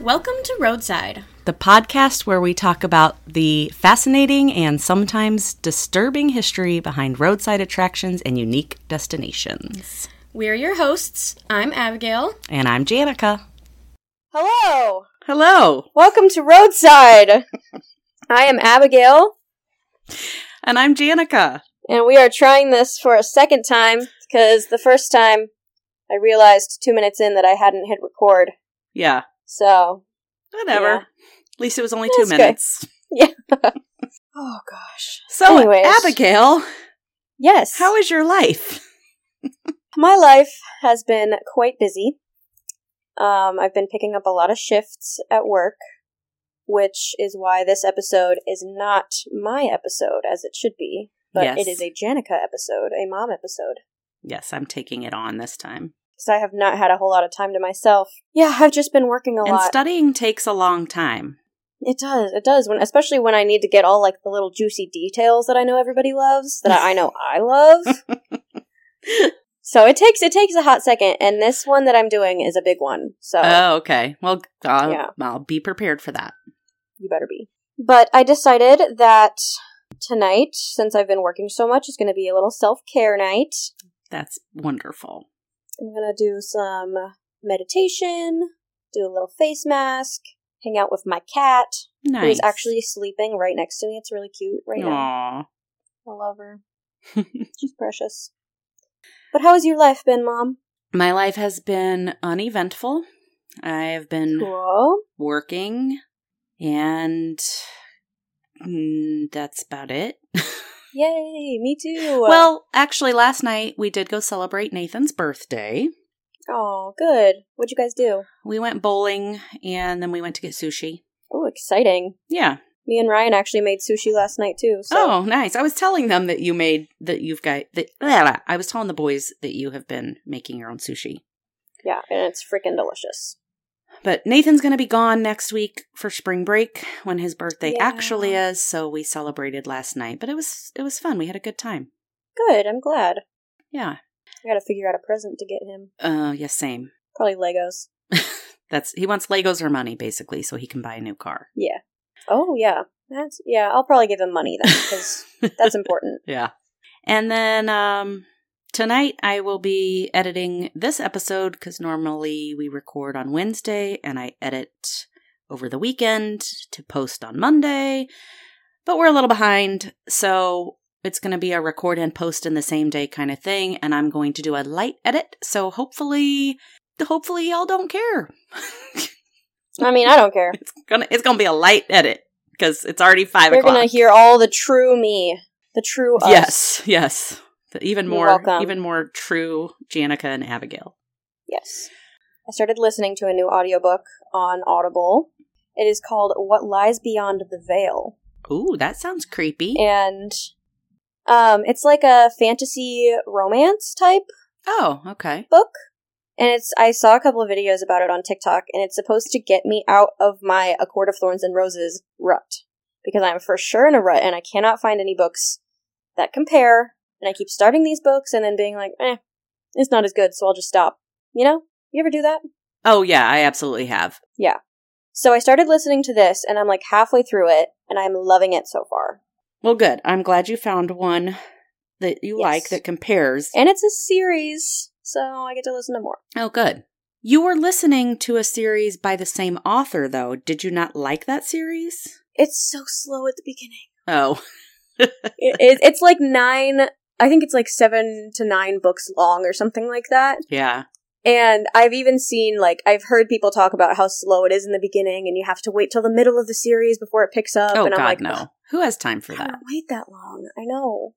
Welcome to Roadside. the podcast where we talk about the fascinating and sometimes disturbing history behind roadside attractions and unique destinations. We're your hosts. I'm Abigail. And I'm Janica. Hello. Hello. Welcome to Roadside. I am Abigail, And I'm Janica. and we are trying this for a second time because the first time I realized two minutes in that I hadn't hit record. Yeah. So, Whatever. Yeah. At least it was only two That's good. minutes. oh gosh. So, Anyways. Abigail, Yes. how is your life? My life has been quite busy. Um, I've been picking up a lot of shifts at work, which is why this episode is not my episode as it should be, but Yes. it is a Janica episode, a mom episode, Yes, I'm taking it on this time. because I have not had a whole lot of time to myself. Yeah, I've just been working a and lot. studying takes a long time. it does, it does. When especially when I need to get all like the little juicy details that I know everybody loves, that I know I love. So it takes it takes a hot second, and this one that I'm doing is a big one. So Oh, okay. Well, I'll, Yeah. I'll be prepared for that. you better be. But I decided that tonight, since I've been working so much, it's going to be a little self care night. That's wonderful. I'm going to do some meditation, do a little face mask, hang out with my cat, Nice. who's actually sleeping right next to me. It's really cute right now. Aw. I love her. She's precious. But how has your life been, Mom? My life has been uneventful. I've been Cool. working and mm, that's about it. Yay, me too. well, actually, last night we did go celebrate Nathan's birthday. oh, good. What'd you guys do? We went bowling and then we went to get sushi. Oh, exciting. Yeah. Me and Ryan actually made sushi last night too. So. Oh, nice. I was telling them that you made that you've got that. blah, blah. I was telling the boys that you have been making your own sushi. Yeah, and it's freaking delicious. But Nathan's going to be gone next week for spring break when his birthday Yeah. actually is, so we celebrated last night. But it was it was fun. We had a good time. Good, I'm glad. Yeah. I gotta figure out a present to get him. Uh yes, same. Probably Legos. That's he wants Legos or money basically so he can buy a new car. Yeah. Oh, yeah. That's yeah. I'll probably give him money then because that's important. yeah. And then um tonight I will be editing this episode cuz normally we record on Wednesday and I edit over the weekend to post on Monday. But we're a little behind, so it's going to be a record and post in the same day kind of thing and I'm going to do a light edit. So hopefully hopefully y'all don't care. I mean, I don't care. gonna it's gonna be a light edit because it's already 5 They're o'clock. gonna hear all the true me, the true us. Yes, yes. The even You're more, welcome. even more true. Janica and Abigail. Yes. I started listening to a new audiobook on Audible. It is called What Lies Beyond the Veil. Ooh, that sounds creepy. And um it's like a fantasy romance type oh, okay. book and it's i saw a couple of videos about it on tiktok and it's supposed to get me out of my a court of thorns and roses rut because i'm for sure in a rut and i cannot find any books that compare and i keep starting these books and then being like eh it's not as good so i'll just stop you know you ever do that Oh yeah, I absolutely have. so i started listening to this and i'm like halfway through it and i'm loving it so far Well, good. I'm glad you found one that you Yes. like that compares. and it's a series so i get to listen to more oh, good. You were listening to a series by the same author, though. Did you not like that series? it's so slow at the beginning Oh, it, it, it's like nine i think it's like seven to nine books long or something like that yeah. and i've even seen like i've heard people talk about how slow it is in the beginning and you have to wait till the middle of the series before it picks up oh and God, i'm like no. "Ugh, Who has time for i don't that? wanna wait that long i know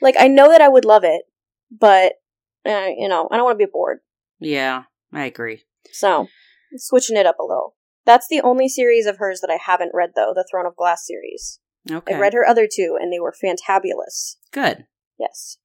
like i know that i would love it but uh, you know i don't want to be bored Yeah, I agree. so switching it up a little that's the only series of hers that i haven't read though the throne of glass series Okay, i read her other two and they were fantabulous good, Yes.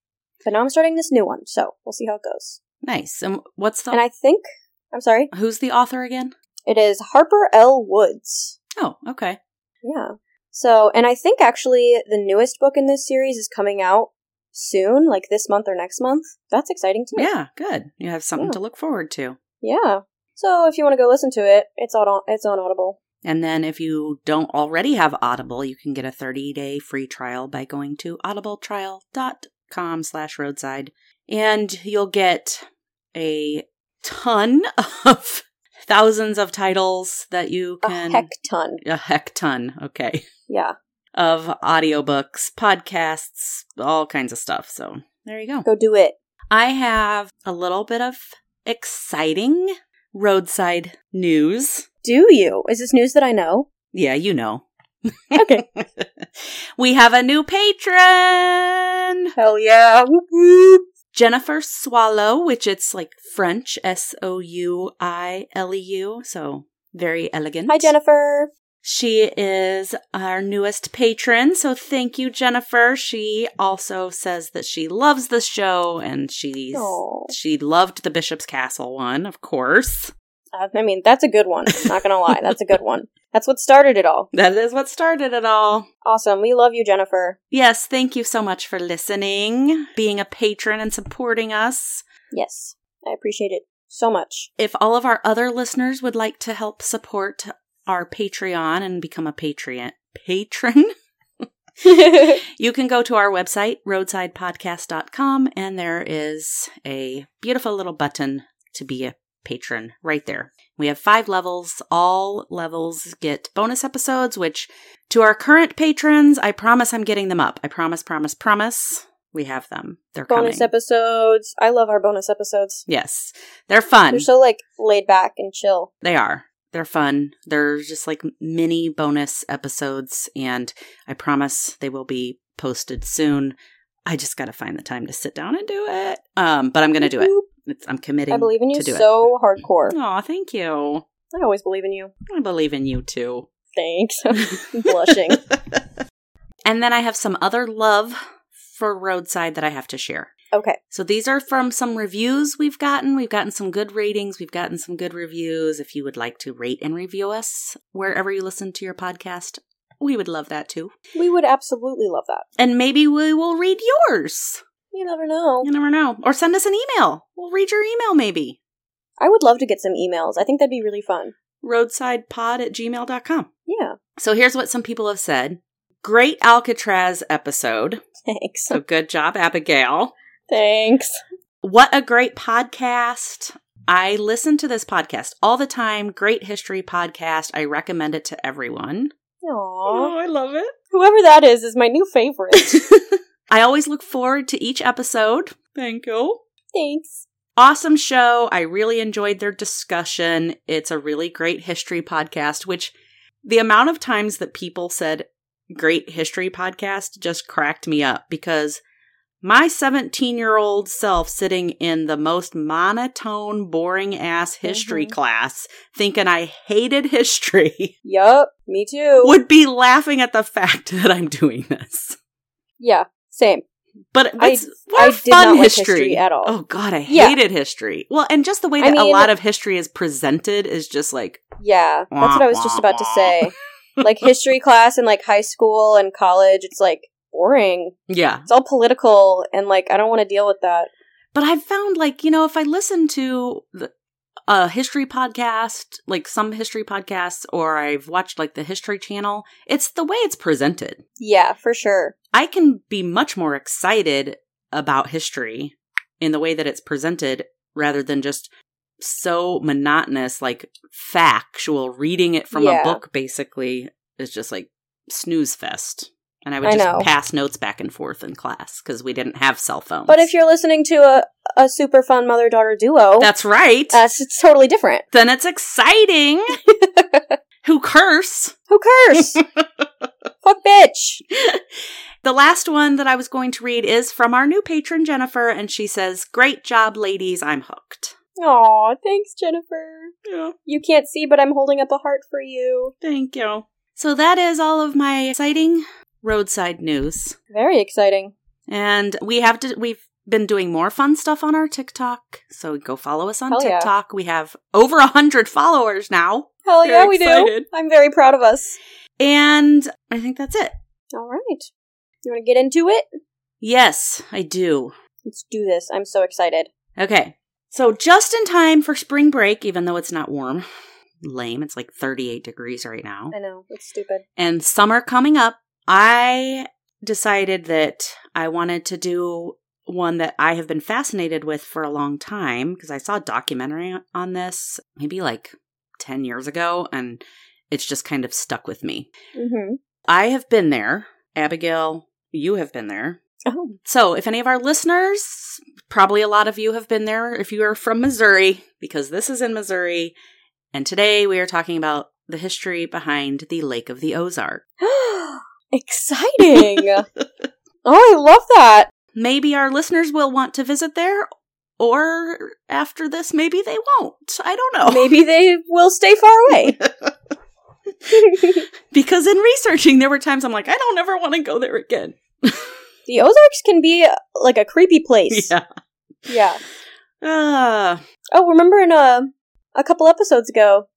But now I'm starting this new one, so we'll see how it goes. nice. And what's the And I think, I'm sorry, who's the author again? it is Harper L. Woods. Oh, okay. Yeah. So, and I think actually the newest book in this series is coming out soon, like this month or next month. That's exciting to me. Yeah, good. You have something Yeah. to look forward to. Yeah. So if you want to go listen to it, it's on it's on Audible. And then if you don't already have Audible, you can get a 30-day free trial by going to audibletrial.com slash roadside. And you'll get a ton of thousands of titles that you A can heck ton. a heck ton, okay. Yeah. Of audiobooks, podcasts, all kinds of stuff. So there you go. Go do it. I have a little bit of exciting roadside news. Do you? Is this news that I know? Yeah, you know. Okay. we have a new patron, Hell yeah. Whoop, whoop. Jennifer Swallow, which it's like French, S O U I L E U. So very elegant. Hi Jennifer. She is our newest patron. So thank you, Jennifer. She also says that she loves the show and she's. Oh, She loved the Bishop's Castle one, of course. Uh, I mean that's a good one. Not gonna lie, that's a good one. That's what started it all. That is what started it all. Awesome. We love you, Jennifer. Yes, thank you so much for listening, being a patron, and supporting us. Yes, I appreciate it so much. If all of our other listeners would like to help support our Patreon and become a Patreon patron, you can go to our website, roadsidepodcast.com, and there is a beautiful little button to be a patron right there. We have five levels. All levels get bonus episodes, which to our current patrons, I promise I'm getting them up. I promise, promise, promise. We have them. They're bonus coming. episodes. I love our bonus episodes. Yes. They're fun. They're so like laid back and chill. they are. They're fun. They're just like mini bonus episodes, and I promise they will be posted soon. I just got to find the time to sit down and do it. Um, but I'm going to do it. It's, I'm committing. Mm-hmm. I believe in you to do so hardcore. It. Aw, thank you. I always believe in you. I believe in you too. Thanks. I'm blushing. And then I have some other love for roadside that I have to share. Okay. So these are from some reviews we've gotten. We've gotten some good ratings. We've gotten some good reviews. If you would like to rate and review us wherever you listen to your podcast, we would love that too. We would absolutely love that. And maybe we will read yours. You never know. You never know. Or send us an email. We'll read your email maybe. I would love to get some emails. I think that'd be really fun. Roadsidepod at gmail.com. Yeah. So here's what some people have said. Great Alcatraz episode. Thanks. So good job, Abigail. Thanks. What a great podcast. I listen to this podcast all the time. Great history podcast. I recommend it to everyone. Aww. Oh, I love it. Whoever that is is my new favorite. I always look forward to each episode. Thank you. Thanks. Awesome show. I really enjoyed their discussion. It's a really great history podcast, which the amount of times that people said great history podcast just cracked me up because my 17 year old self sitting in the most monotone, boring ass history Mhm. class thinking I hated history Yup. Me too. would be laughing at the fact that I'm doing this. Yeah. Same. But I- what's, what I a did fun not like history. history at all. Oh God, I Yeah. hated history. Well, and just the way I that a mean- lot of history is presented is just like Yeah, that's what I was just about to say. Like history class in like high school and college, it's like boring. yeah. It's all political and like I don't want to deal with that. But I've found like you know if I listen to the, a history podcast, like some history podcasts, or I've watched like the History Channel, it's the way it's presented. Yeah, for sure. I can be much more excited about history in the way that it's presented rather than just so monotonous, like factual reading it from Yeah. a book basically is just like snooze fest. And I would I just know. pass notes back and forth in class because we didn't have cell phones. But if you're listening to a a super fun mother daughter duo, that's that's right, it's totally different. then it's exciting. Who curse? Who cares? Fuck bitch. The last one that I was going to read is from our new patron, Jennifer, and she says, Great job, ladies. I'm hooked. Aw, thanks, Jennifer. Yeah. You can't see, but I'm holding up a heart for you. Thank you. So that is all of my exciting roadside news. Very exciting. And we have to we've been doing more fun stuff on our TikTok. So go follow us on Hell yeah. TikTok. We have over a hundred followers now. Hell Very yeah, we excited. do. I'm very proud of us. And I think that's it. All right. You want to get into it? Yes, I do. Let's do this. I'm so excited. Okay. So, just in time for spring break, even though it's not warm, lame, it's like 38 degrees right now, I know. It's stupid. and summer coming up, I decided that I wanted to do one that I have been fascinated with for a long time because I saw a documentary on this maybe like 10 years ago, and it's just kind of stuck with me. Mm-hmm. I have been there. Abigail, you have been there. Oh, So, if any of our listeners, probably a lot of you have been there if you are from Missouri, because this is in Missouri. And today we are talking about the history behind the Lake of the Ozark. Oh. exciting! oh, I love that. Maybe our listeners will want to visit there, or after this, maybe they won't. I don't know. Maybe they will stay far away. Because in researching, there were times I'm like, I don't ever want to go there again. the Ozarks can be uh, like a creepy place. Yeah. Yeah. Uh, Oh, remember in a a couple episodes ago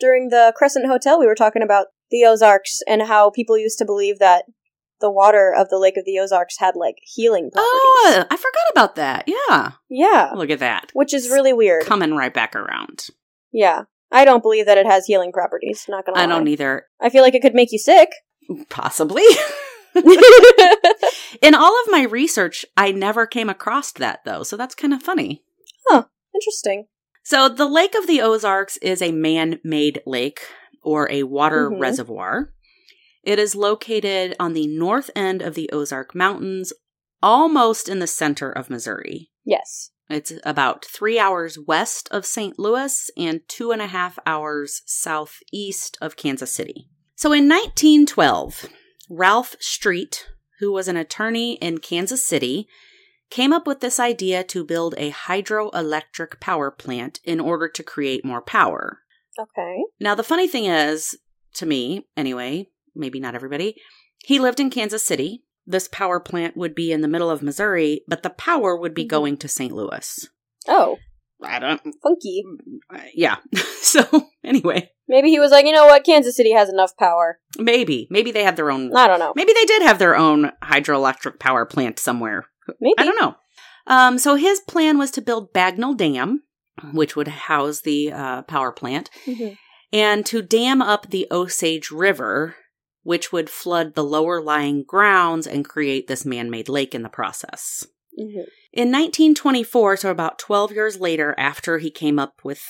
during the Crescent Hotel, we were talking about the Ozarks and how people used to believe that the water of the Lake of the Ozarks had like healing properties. oh, I forgot about that. Yeah. yeah, Look at that. which is really weird. Coming right back around. yeah, I don't believe that it has healing properties. Not gonna. Lie. I don't either. I e feel like it could make you sick. Possibly. In all of my research, I never came across that though, so that's kind of funny. Interesting. So, the Lake of the Ozarks is a man made lake or a water Mhm. reservoir. It is located on the north end of the Ozark Mountains, almost in the center of Missouri. Yes. It's about three hours west of St. Louis and two and a half hours southeast of Kansas City. So in 1912, Ralph Street, who was an attorney in Kansas City, came up with this idea to build a hydroelectric power plant in order to create more power. Okay. Now, the funny thing is, to me anyway, maybe not everybody, he lived in Kansas City. This power plant would be in the middle of Missouri, but the power would be Mhm. going to St. Louis. Oh, I don't, funky. yeah. so, anyway, Maybe he was like, you know what? Kansas City has enough power. maybe, maybe they had their own, I don't know. maybe they did have their own hydroelectric power plant somewhere. I Maybe. don't know. Um, so, his plan was to build Bagnell Dam, which would house the uh, power plant. Mhm. and to dam up the Osage River, which would flood the lower lying grounds and create this man made lake in the process. Mhm. In 1924, so about 12 years later, after he came up with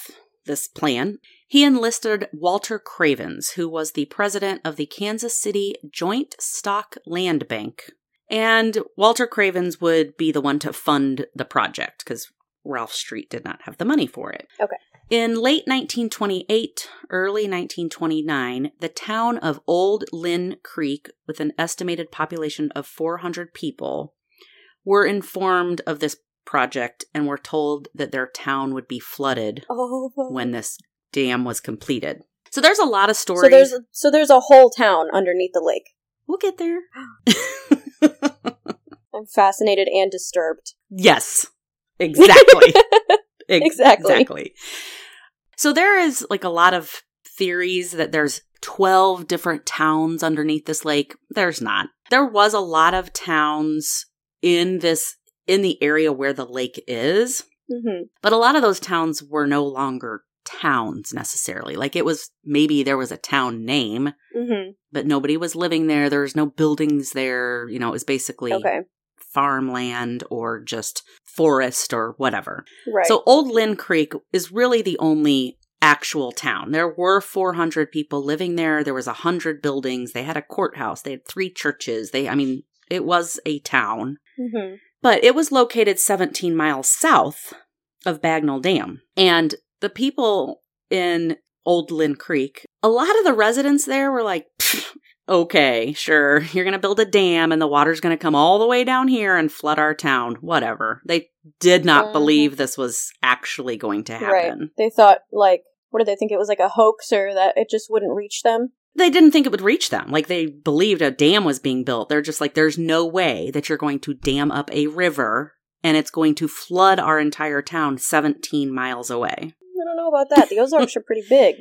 this plan, he enlisted Walter Cravens, who was the president of the Kansas City Joint Stock Land Bank. And Walter Cravens would be the one to fund the project because Ralph Street did not have the money for it. Okay. In late 1928, early 1929, the town of Old Lynn Creek, with an estimated population of 400 people, were informed of this project and were told that their town would be flooded Oh. when this dam was completed. So there's a lot of stories. So there's so there's a whole town underneath the lake. we'll get there. I'm fascinated and disturbed. yes, exactly. Ex- Exactly. Exactly. So there is like a lot of theories that there's 12 different towns underneath this lake. There's not. There was a lot of towns in this in the area where the lake is, hmm but a lot of those towns were no longer towns necessarily. Like it was maybe there was a town name, hmm but nobody was living there. There was no buildings there. You know, it was basically Okay. farmland or just forest or whatever. Right. So Old Lynn Creek is really the only actual town. There were 400 people living there. There was 100 buildings. They had a courthouse. They had three churches. They I mean, it was a town, hmm but it was located 17 miles south of Bagnell Dam. And the people in Old Lynn Creek, a lot of the residents there were like, "Pfft, okay, sure, you're going to build a dam and the water's going to come all the way down here and flood our town. Whatever. They did not Mhm. believe this was actually going to Right. happen. They thought like, what did they think? It was like a hoax or that it just wouldn't reach them. They didn't think it would reach them. Like they believed a dam was being built. They're just like, there's no way that you're going to dam up a river and it's going to flood our entire town 17 miles away. I don't know about that. The Ozarks are pretty big,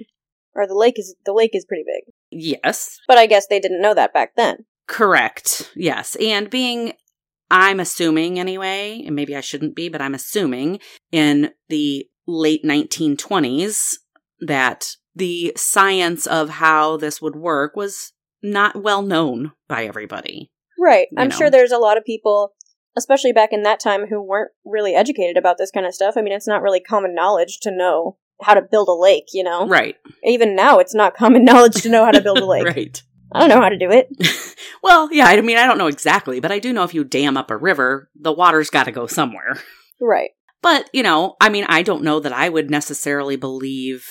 or the lake is the lake is pretty big. Yes, But I guess they didn't know that back then. Correct. Yes. And being I'm assuming anyway, and maybe I shouldn't be, but I'm assuming in the late 1920s that the science of how this would work was not well known by everybody. Right. You I'm know. sure there's a lot of people, especially back in that time, who weren't really educated about this kind of stuff. I mean, it's not really common knowledge to know how to build a lake, you know? Right. Even now, it's not common knowledge to know how to build a lake. right. I don't know how to do it. well, yeah, I mean, I don't know exactly, but I do know if you dam up a river, the water's got to go somewhere. Right. But, you know, I mean, I don't know that I would necessarily believe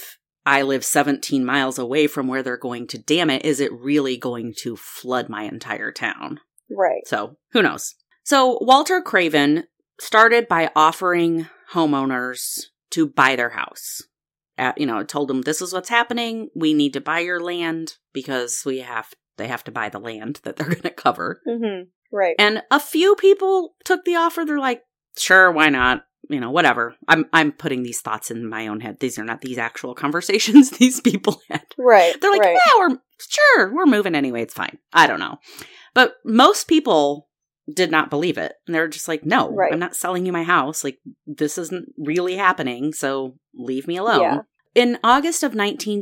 I live 17 miles away from where they're going to dam it. Is it really going to flood my entire town? Right. So who knows? So Walter Craven started by offering homeowners to buy their house. Uh, you know, told them this is what's happening. We need to buy your land because we have they have to buy the land that they're going to cover. Mm-hmm. Right. And a few people took the offer. They're like, sure, why not? You know, whatever. I'm I'm putting these thoughts in my own head. These are not these actual conversations these people had. right. They're like, right. yeah, we're sure we're moving anyway. It's fine. I don't know, but most people did not believe it. And They're just like, no, Right. I'm not selling you my house. Like this isn't really happening. So leave me alone. Yeah. In August of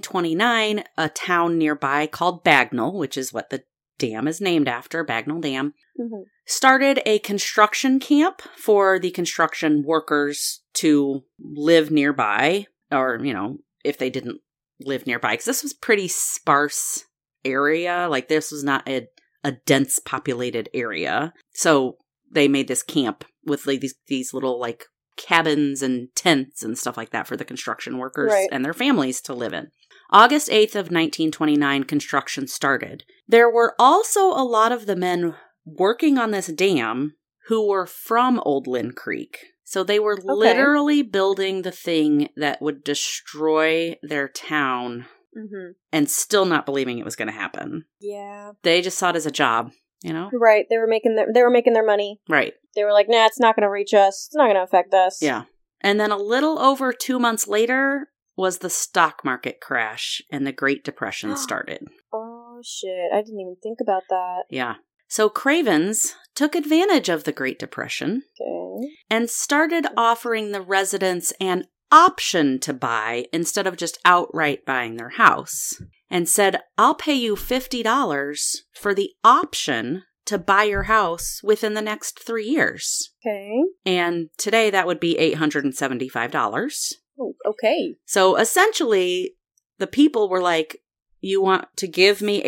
1929, a town nearby called Bagnall, which is what the dam is named after, Bagnall Dam, Mhm. started a construction camp for the construction workers to live nearby, or, you know, if they didn't live nearby, because this was pretty sparse area. Like, this was not a, a dense populated area. So they made this camp with like these, these little, like, cabins and tents and stuff like that for the construction workers Right. and their families to live in. August 8th of 1929 construction started. There were also a lot of the men working on this dam who were from Old Lynn Creek. So they were literally building the thing that would destroy their town Mhm. and still not believing it was going to happen. Yeah. They just saw it as a job, you know? Right. They were making their they were making their money. Right. They were like, nah, it's not going to reach us. It's not going to affect us. Yeah. And then a little over 2 months later was the stock market crash and the Great Depression started. Oh shit! I didn't even think about that. Yeah. So Cravens took advantage of the Great Depression Okay. and started offering the residents an option to buy instead of just outright buying their house and said, I'll pay you $50 for the option to buy your house within the next three years. Okay. And today that would be $875. Oh, okay. So essentially, the people were like, You want to give me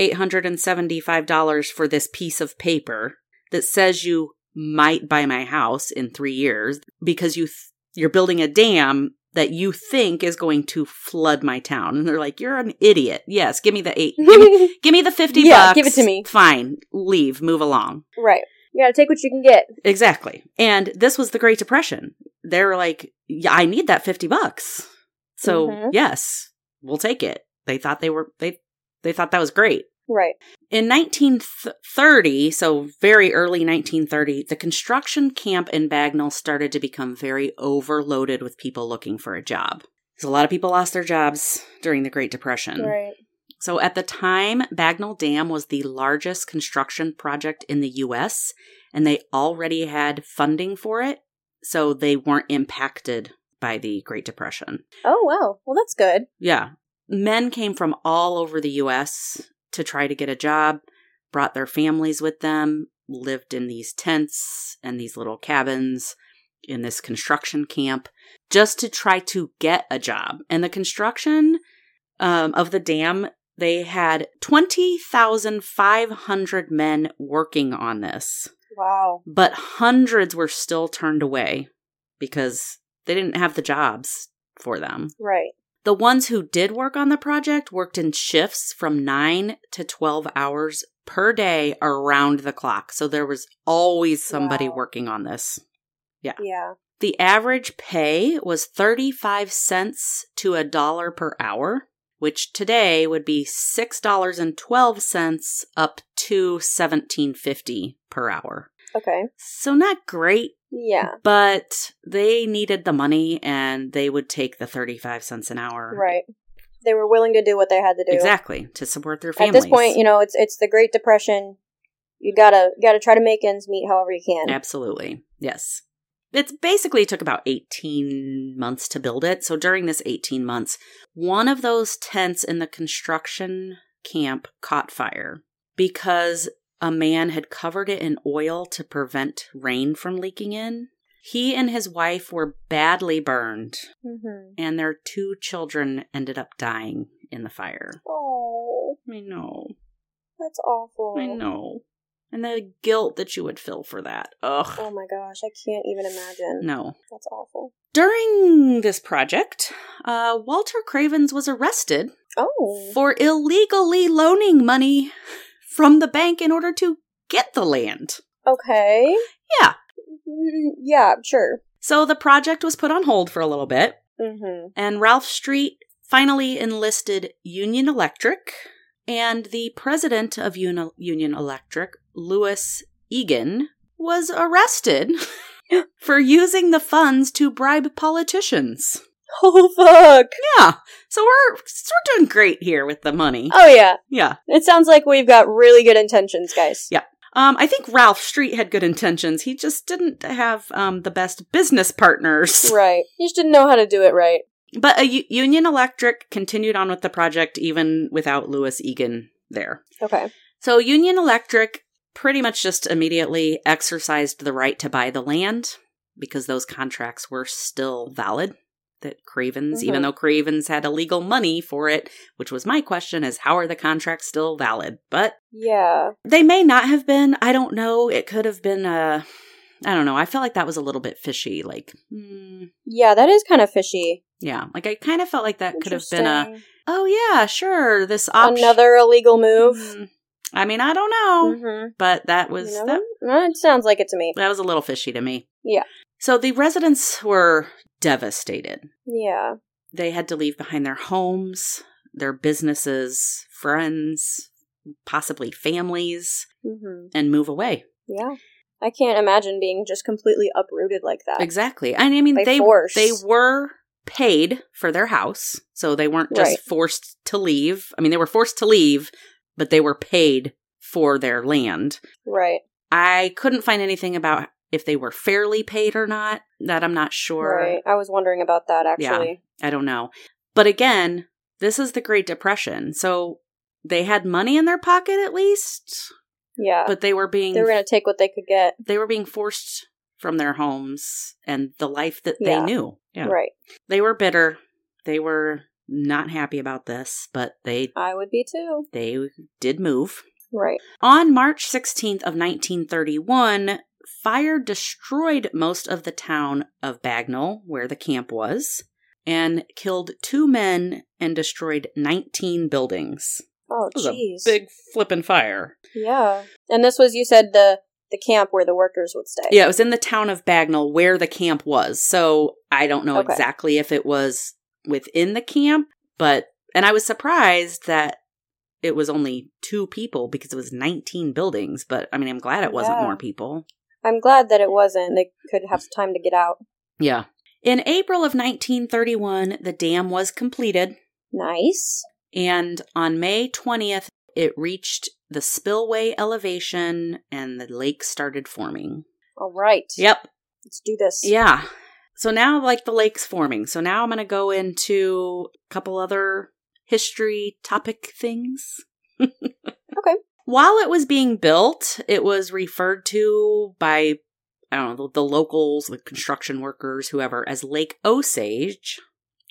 $875 for this piece of paper that says you might buy my house in three years because you th- you're building a dam that you think is going to flood my town and they're like you're an idiot yes give me the eight give me, give me the 50 Yeah, bucks give it to me. fine leave move along right. You got to take what you can get. Exactly. And this was the Great Depression. They're like, yeah, I need that 50 bucks. So, Mhm. yes, we'll take it. They thought they were they they thought that was great. Right. In 1930, so very early 1930, the construction camp in Bagnall started to become very overloaded with people looking for a job. So a lot of people lost their jobs during the Great Depression. Right. So at the time, Bagnall Dam was the largest construction project in the US, and they already had funding for it, so they weren't impacted by the Great Depression. Oh wow. Well, that's good. Yeah. Men came from all over the US to try to get a job, brought their families with them, lived in these tents and these little cabins in this construction camp just to try to get a job. And the construction um, of the dam, they had 20,500 men working on this, Wow. but hundreds were still turned away because they didn't have the jobs for them. Right. The ones who did work on the project worked in shifts from 9 to 12 hours per day around the clock. So there was always somebody Wow. working on this. Yeah. The average pay was 35 cents to a dollar per hour, which today would be $6.12 up to 17.50 per hour. Okay. So not great, Yeah. but they needed the money and they would take the 35 cents an hour Right. They were willing to do what they had to do. Exactly, to support their At families. this point, you know, it's it's the Great Depression. you gotta gotta try to make ends meet however you can. Absolutely. Yes. It's basically took about 18 months to build it. So during this 18 months, one of those tents in the construction camp caught fire because a man had covered it in oil to prevent rain from leaking in. He and his wife were badly burned, Mm-hmm. and their two children ended up dying in the fire. Oh, I know. that's awful. I know. And the guilt that you would feel for that. Ugh. Oh my gosh, I can't even imagine. No. That's awful. During this project, uh, Walter Cravens was arrested Oh, for illegally loaning money from the bank in order to get the land. okay. Yeah. Mm, yeah, sure. So the project was put on hold for a little bit, Mm-hmm. and Ralph Street finally enlisted Union Electric and the president of Uni- Union Electric, Louis Egan, was arrested for using the funds to bribe politicians. Oh fuck. Yeah. So we're so we're doing great here with the money. Oh yeah. Yeah. It sounds like we've got really good intentions, guys. Yeah. Um, I think Ralph Street had good intentions. He just didn't have um, the best business partners. Right. You just didn't know how to do it right. But uh, U- Union Electric continued on with the project even without Louis Egan there. Okay. So Union Electric pretty much just immediately exercised the right to buy the land because those contracts were still valid. That Cravens, even Mhm. though Cravens had illegal money for it, which was my question, is how are the contracts still valid? But Yeah. they may not have been. I don't know. It could have been a. I don't know. I felt like that was a little bit fishy. Like, mm, Yeah, that is kind of fishy. yeah. Like I kind of felt like that could have been a. Interesting. Oh yeah, sure. This option. another illegal move. Mm. I mean, I don't know, Mm-hmm. but that was you know? that, Uh, It sounds like it to me. that was a little fishy to me. Yeah. So the residents were devastated. Yeah. They had to leave behind their homes, their businesses, friends, possibly families, Mm-hmm. and move away. Yeah. I can't imagine being just completely uprooted like that. Exactly. And I mean, By they force. they were paid for their house, so they weren't just Right. forced to leave. I mean, they were forced to leave, but they were paid for their land. Right. I couldn't find anything about if they were fairly paid or not. That I'm not sure. Right. I was wondering about that Yeah. actually. I don't know. But again, this is the Great Depression, so they had money in their pocket at least, Yeah. but they were being Uh, they were going to take what they could get. they were being forced from their homes and the life that they Yeah. knew. Yeah. Right. They were bitter. They were not happy about this, but they I would be too. they did move. Right. On March 16th of 1931, fire destroyed most of the town of Bagnell where the camp was and killed 2 men and destroyed 19 buildings. Oh It was jeez. a big flippin' fire. Yeah. And this was you said the the camp where the workers would stay. Yeah, it was in the town of Bagnell where the camp was. So I don't know Okay. exactly if it was within the camp, but and I was surprised that it was only two people because it was 19 buildings, but I mean I'm glad it wasn't Yeah. more people. I'm glad that it wasn't. They could have time to get out. Yeah. In April of 1931, the dam was completed Nice. and on May 20th it reached the spillway elevation and the lake started forming. All right. Yep, Let's do this. Yeah. So now, like, the lake's forming. So now I'm going to go into a couple other history topic things. okay. While it was being built, it was referred to by, I don't know, the, the locals, the construction workers, whoever, as Lake Osage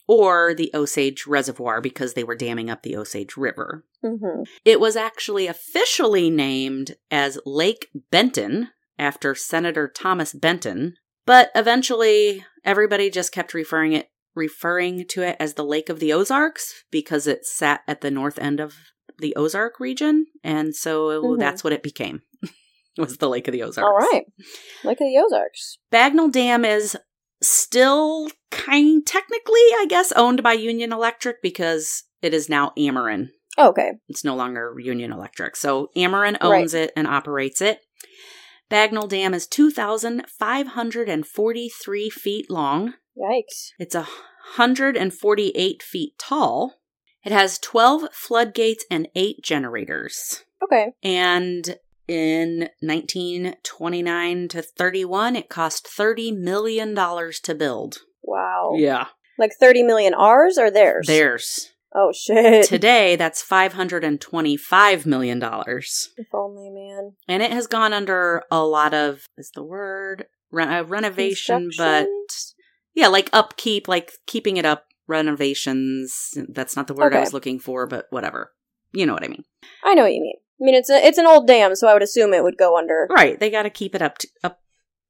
or the Osage Reservoir because they were damming up the Osage River. Mhm. It was actually officially named as Lake Benton after Senator Thomas Benton, but eventually everybody just kept referring it referring to it as the Lake of the Ozarks because it sat at the north end of the Ozark region, and so Mhm. that's what it became. was the Lake of the Ozarks. All right. Look at the Ozarks. Bagnell Dam is still kind technically, I guess, owned by Union Electric because it is now Ameren Okay. it's no longer Union Electric. So Ameren owns it and operates it. Bagnell Dam is 2,543 feet long. Yikes. It's 148 feet tall. It has 12 floodgates and 8 generators. Okay. And in 1929 to 31, it cost $30 million to build. Wow. Yeah. Like 30 million R's or theirs? Theirs. Oh, shit. Today, that's $525 million. if only, man. and it has gone under a lot of is the word re- uh, renovation but yeah like upkeep like keeping it up renovations that's not the word i Okay. was looking for but whatever you know what i mean I know what you mean. I mean, it's a, it's an old dam, so I would assume it would go under right they got to keep it up to, up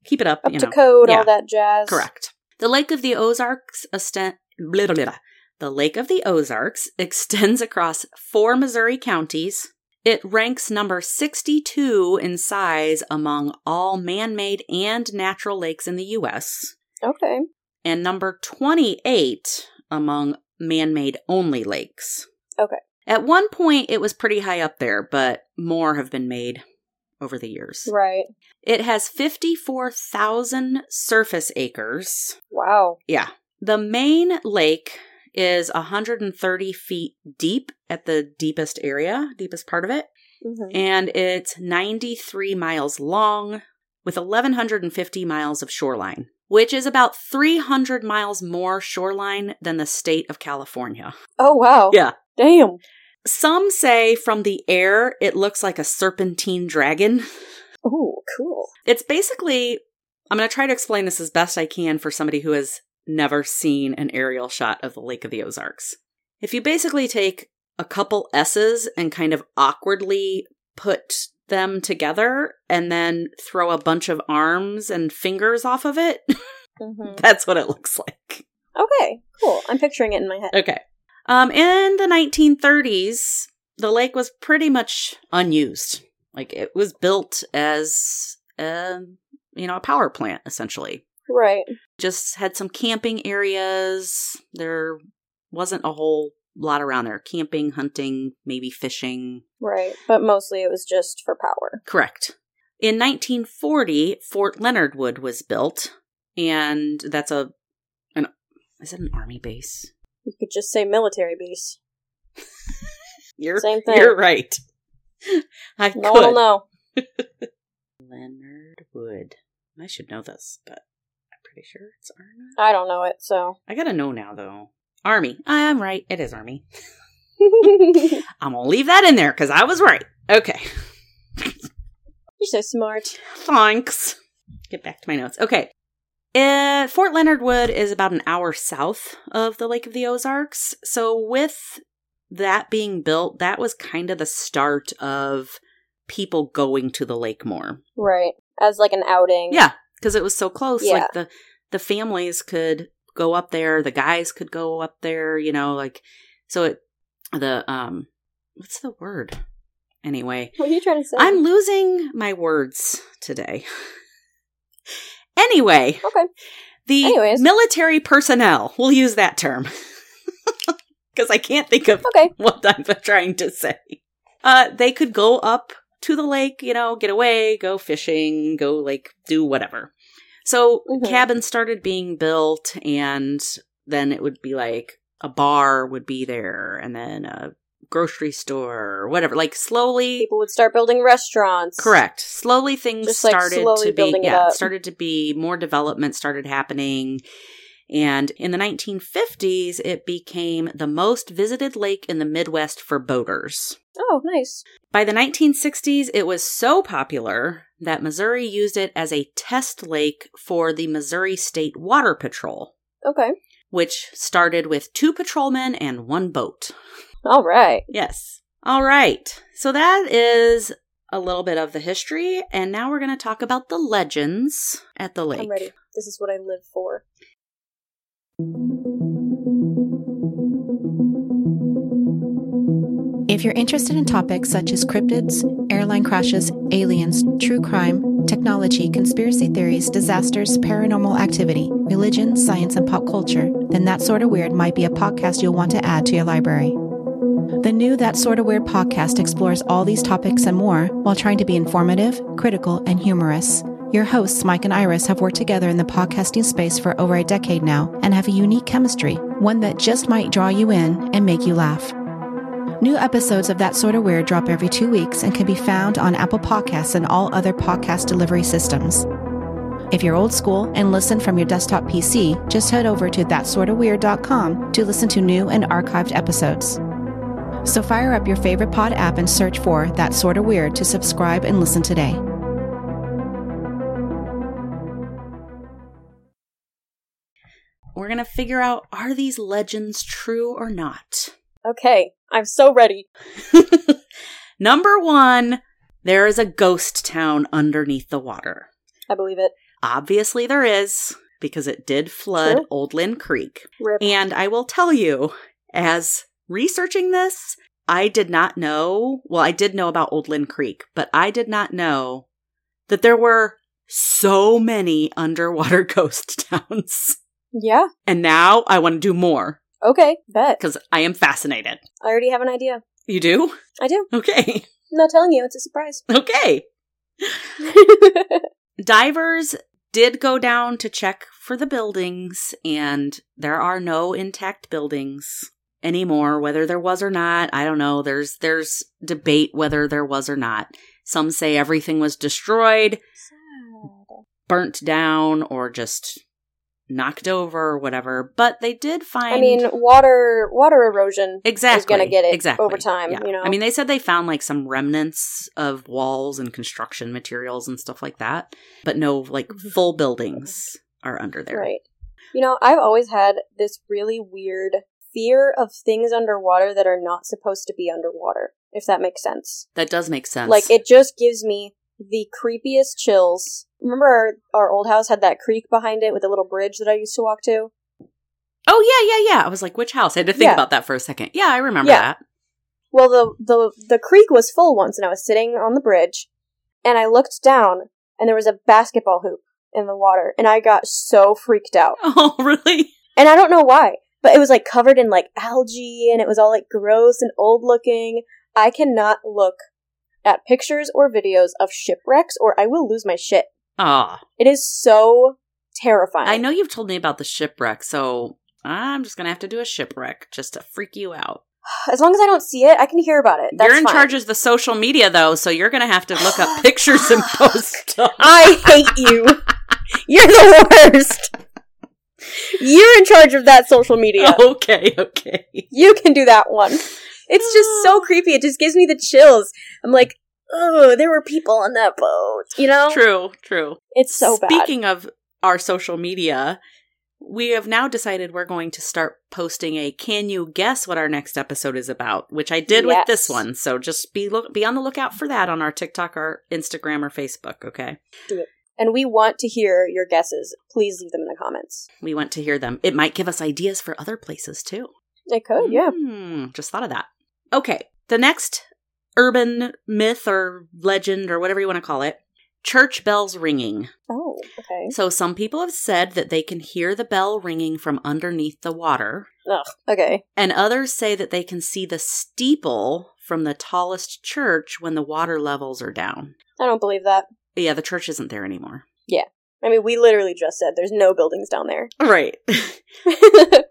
keep it up, up you to know code, Yeah. all that jazz. correct the lake of the ozarks extend blah, blah, blah. the lake of the ozarks extends across four missouri counties it ranks number 62 in size among all man-made and natural lakes in the us Okay. and number 28 among man made only lakes. Okay. At one point, it was pretty high up there, but more have been made over the years. Right. It has 54,000 surface acres. Wow. Yeah. The main lake is 130 feet deep at the deepest area, deepest part of it, hmm and it's 93 miles long with 1,150 miles of shoreline, which is about 300 miles more shoreline than the state of California. Oh, wow. Yeah. Damn. Some say from the air it looks like a serpentine dragon. Ooh, cool. It's basically, I'm going to try to explain this as best I can for somebody who has never seen an aerial shot of the Lake of the Ozarks. If you basically take a couple S's and kind of awkwardly put them together and then throw a bunch of arms and fingers off of it, hmm that's what it looks like. Okay. Cool. I'm picturing it in my head. Okay. Um, in the 1930s, the lake was pretty much unused. Like it was built as, um, you know, a power plant essentially. Right. just had some camping areas. There wasn't a whole lot around there camping, hunting, maybe fishing. Right. But mostly it was just for power. Correct. In 1940, Fort Leonard Wood was built, and that's a an is it an army base? You could just say military base. You're Same thing. you're right. I No one will could. know. Leonard Wood. I should know this, but I'm pretty sure it's army. I don't know it, so. I gotta know now though. Army. I'm right. It is army. You're I'm gonna leave that in there because I was right. Okay. so smart. Thanks. Get back to my notes. Okay. Uh, Fort Leonard Wood is about an hour south of the Lake of the Ozarks. So, with that being built, that was kind of the start of people going to the lake more. Right. As like an outing. Yeah, because it was so close. Yeah. Like the the families could go up there, the guys could go up there. You know, like so it the um what's the word anyway? What are you trying to say? I'm losing my words today. anyway, Okay. the Anyways. military personnel, we'll use that term. Because I can't think of Okay. what I'm trying to say. Uh, they could go up to the lake, you know, get away, go fishing, go like do whatever. So Mhm. cabins started being built, and then it would be like a bar would be there, and then a grocery store or whatever. Like slowly, People would start building restaurants. Correct. Slowly things Just, like, started slowly to be building it yeah, up. started to be more development started happening. And in the 1950s, it became the most visited lake in the Midwest for boaters. Oh, nice. By the 1960s, it was so popular that Missouri used it as a test lake for the Missouri State Water Patrol, Okay. which started with two patrolmen and one boat. All right. Yes. All right. So that is a little bit of the history. And now we're going to talk about the legends at the lake. I'm ready. This is what I live for. If you're interested in topics such as cryptids, airline crashes, aliens, true crime, technology, conspiracy theories, disasters, paranormal activity, religion, science, and pop culture, then That Sorta Weird might be a podcast you'll want to add to your library. The new That Sorta Weird podcast explores all these topics and more while trying to be informative, critical, and humorous. Your hosts, Mike and Iris, have worked together in the podcasting space for over a decade now and have a unique chemistry, one that just might draw you in and make you laugh. New episodes of That Sort of Weird drop every two weeks and can be found on Apple Podcasts and all other podcast delivery systems. If you're old school and listen from your desktop PC, just head over to thatsortofweird.com to listen to new and archived episodes. So fire up your favorite pod app and search for That Sort of Weird to subscribe and listen today. We're going to figure out are these legends true or not? Okay, I'm so ready. Number one, there is a ghost town underneath the water. I believe it. Obviously, there is, because it did flood True. Old Lynn Creek. Rip. And I will tell you, as researching this, I did not know. Well, I did know about Old Lynn Creek, but I did not know that there were so many underwater ghost towns. Yeah. And now I want to do more Okay. Bet. because I am fascinated. I already have an idea. You do? I do. Okay. I'm not telling you. It's a surprise. Okay. Divers did go down to check for the buildings, and there are no intact buildings anymore. Whether there was or not, I don't know. There's there's debate whether there was or not. Some say everything was destroyed, Sad. burnt down, or just knocked over or whatever. But they did find. I mean, water water erosion. exactly is gonna get it exactly. over time, you know? I mean, they said they found like some remnants of walls and construction materials and stuff like that, but no like full buildings are under there. Mm-hmm. Right. You know, I've always had this really weird fear of things underwater that are not supposed to be underwater. If that makes sense. That does make sense. Like it just gives me the creepiest chills. Remember our, our old house had that creek behind it with a little bridge that I used to walk to? oh yeah, yeah, yeah. I was like, which house? I had to think Yeah. about that for a second. Yeah, I remember Yeah. that. Well, the the the creek was full once, and I was sitting on the bridge, and I looked down, and there was a basketball hoop in the water, and I got so freaked out, Oh really? and I don't know why, but it was like covered in like algae, and it was all like gross and old looking. I cannot look at pictures or videos of shipwrecks, or I will lose my shit. Ah, It is so terrifying. I know you've told me about the shipwreck, so I'm just gonna have to do a shipwreck just to freak you out. As long as I don't see it, I can hear about it. That's you're in fine. charge of the social media though, so you're gonna have to look up pictures and post. them. I hate you. You're the worst. You're in charge of that social media. Okay, okay. You can do that one. It's just so creepy. It just gives me the chills. I'm like, oh, there were people on that boat. You know, True, true. it's so bad. Speaking of our social media, we have now decided we're going to start posting a can you guess what our next episode is about, which I did with Yes. this one. So just be look be on the lookout for that on our TikTok or Instagram or Facebook, okay? And we want to hear your guesses. Please leave them in the comments. We want to hear them. It might give us ideas for other places too. It could, Oh, yeah. Hmm, just thought of that. Okay. The next urban myth or legend or whatever you want to call it, church bells ringing. Oh, okay. So some people have said that they can hear the bell ringing from underneath the water, Okay. and others say that they can see the steeple from the tallest church when the water levels are down. I don't believe that. But yeah, the church isn't there anymore. I mean, we literally just said there's no buildings down there. Right.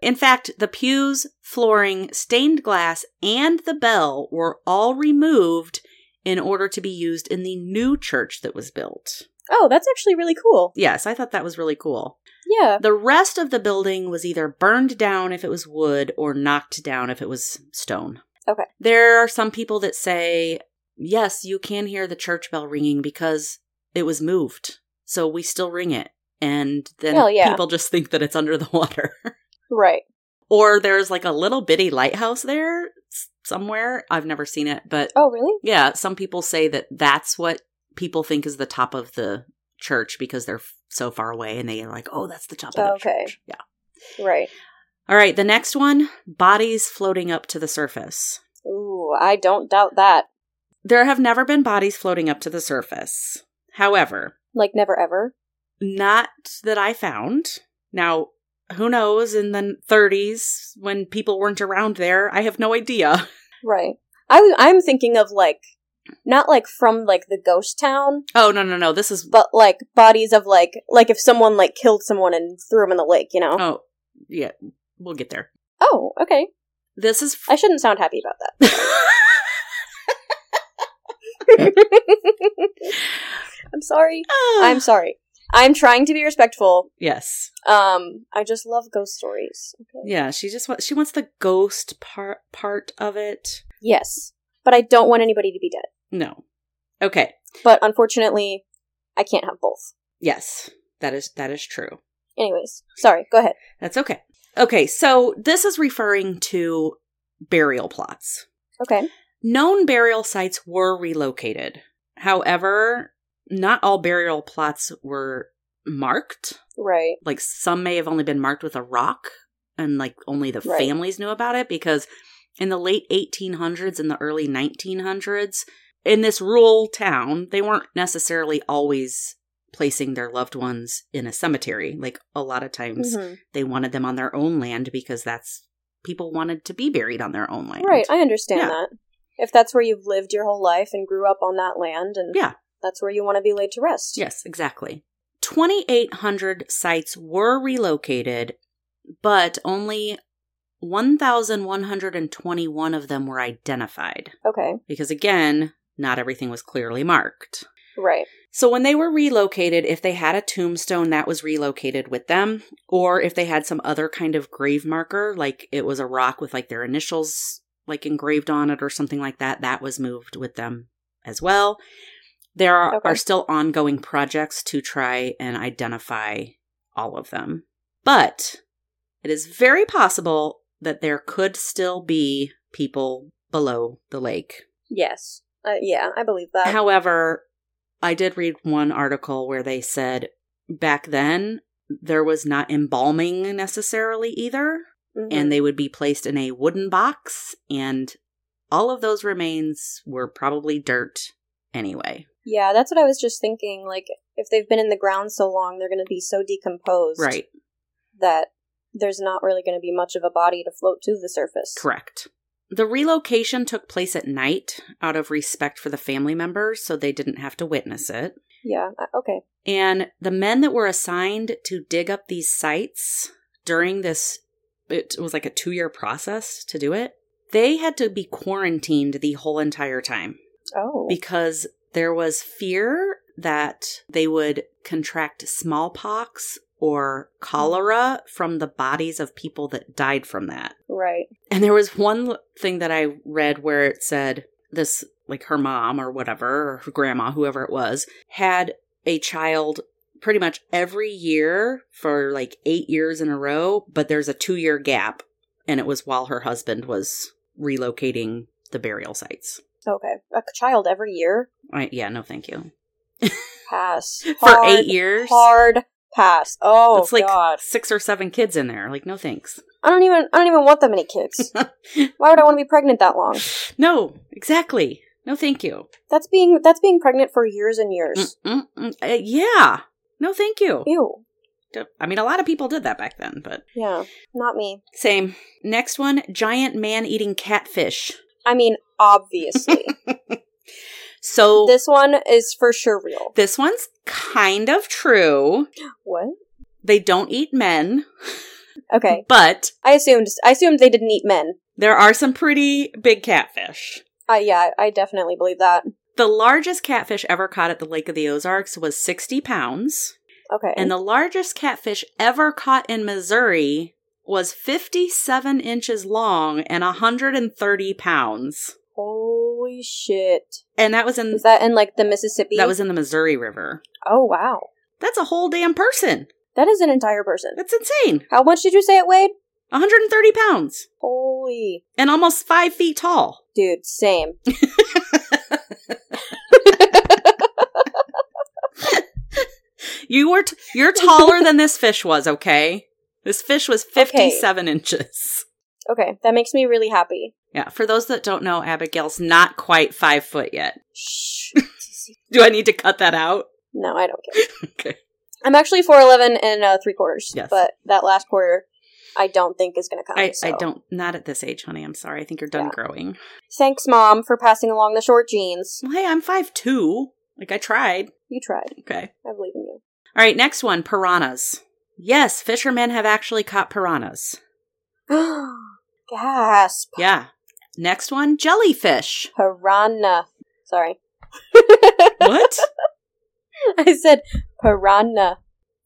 In fact, the pews, flooring, stained glass, and the bell were all removed in order to be used in the new church that was built. oh, that's actually really cool. Yes, I thought that was really cool. Yeah. The rest of the building was either burned down if it was wood or knocked down if it was stone. Okay. There are some people that say, yes, you can hear the church bell ringing because it was moved. So we still ring it. And then Well, yeah. people just think that it's under the water. Right. or there's like a little bitty lighthouse there s- somewhere. I've never seen it, but Oh, really? yeah, some people say that that's what people think is the top of the church because they're f- so far away and they are like, oh, that's the top of the Okay. church. Yeah. Right. All right, the next one bodies floating up to the surface. Ooh, I don't doubt that. There have never been bodies floating up to the surface. However, Like never ever. not that I found. Now, who knows in the 30s when people weren't around there? I have no idea. Right. I w- I'm thinking of like not like from like the ghost town, Oh, no, no, no. This is but like bodies of like like if someone like killed someone and threw them in the lake, you know. Oh, yeah, we'll get there. Oh, okay. This is I shouldn't sound happy about that. I'm sorry. I'm sorry. I'm trying to be respectful. yes. Um, I just love ghost stories. Okay. Yeah, she just wants she wants the ghost part part of it. Yes, but I don't want anybody to be dead. No. Okay. But unfortunately, I can't have both. Yes. That is that is true. Anyways, sorry. Go ahead. That's okay. Okay, so this is referring to burial plots. Okay. Known burial sites were relocated. However, not all burial plots were marked. Right. Like some may have only been marked with a rock and like only the Right. families knew about it because in the late 1800s and the early 1900s in this rural town, they weren't necessarily always placing their loved ones in a cemetery. Like a lot of times Mhm. they wanted them on their own land because that's people wanted to be buried on their own land. Right. I understand Yeah. that. If that's where you've lived your whole life and grew up on that land, and Yeah. that's where you want to be laid to rest. Yes, exactly. 2,800 sites were relocated, but only 1,121 of them were identified Okay. because, again, not everything was clearly marked. Right. So, when they were relocated, if they had a tombstone that was relocated with them, or if they had some other kind of grave marker, like it was a rock with like their initials like engraved on it or something like that, that was moved with them as well. There are, Okay. are still ongoing projects to try and identify all of them. But it is very possible that there could still be people below the lake Yes. Uh, yeah, I believe that. However, I did read one article where they said back then there was not embalming necessarily either, Mhm. and they would be placed in a wooden box, and all of those remains were probably dirt anyway. yeah, that's what I was just thinking. Like, if they've been in the ground so long, they're going to be so decomposed, Right, That there's not really going to be much of a body to float to the surface. correct. The relocation took place at night out of respect for the family members, so they didn't have to witness it. Yeah. uh, Okay. And the men that were assigned to dig up these sites during this, it was like a two year process to do it. They had to be quarantined the whole entire time Oh. because there was fear that they would contract smallpox or cholera from the bodies of people that died from that. right. And there was one l- thing that I read where it said this, like her mom or whatever, or her grandma, whoever it was, had a child pretty much every year for like eight years in a row, but there's a two year gap. And it was while her husband was relocating the burial sites. Okay. A child every year? I, yeah, no, thank you. Pass. for Hard, eight years? Hard pass. Oh, It's like God. six or seven kids in there. Like, no thanks. I don't even I don't even want that many kids. Why would I want to be pregnant that long? No, exactly. No, thank you. That's being that's being pregnant for years and Mm, years. mm, mm. Uh, yeah. No, thank you. Ew. Don't- I mean, a lot of people did that back then, but Yeah. Not me. same. Next one giant man eating catfish. I mean, obviously. So this, this one is for sure real. one's kind of true. What? They don't eat men, Okay. but I assumed I assumed they didn't eat men. there are some pretty big catfish. Uh, yeah, I definitely believe that. The largest catfish ever caught at the Lake of the Ozarks was 60 pounds, Okay. and the largest catfish ever caught in Missouri was 57 inches long and 130 pounds. Holy shit. And that was in Was that in like the Mississippi? that was in the Missouri River. Oh wow. That's a whole damn person. That is an entire person. That's insane. How much did you say it weighed? 130 pounds Holy and almost five feet tall. dude, same. You were t- you're taller than this fish was. Okay, this fish was 57 inches. Okay, that makes me really happy. Yeah. For those that don't know, Abigail's not quite five foot yet. Shh. Do I need to cut that out? No, I don't care. Okay. I'm actually four eleven and uh, three quarters. Yes. But that last quarter, I don't think is going to come. I, I so. don't. Not at this age, honey. I'm sorry. I think you're done Yeah. growing. Thanks, mom, for passing along the short jeans. Well, hey, I'm five two. Like I tried. You tried. Okay. I believe in you. All right. Next one. Piranhas. Yes, fishermen have actually caught piranhas. Gasp. Yeah. Next one, jellyfish. Piranha. Sorry. What? I said piranha.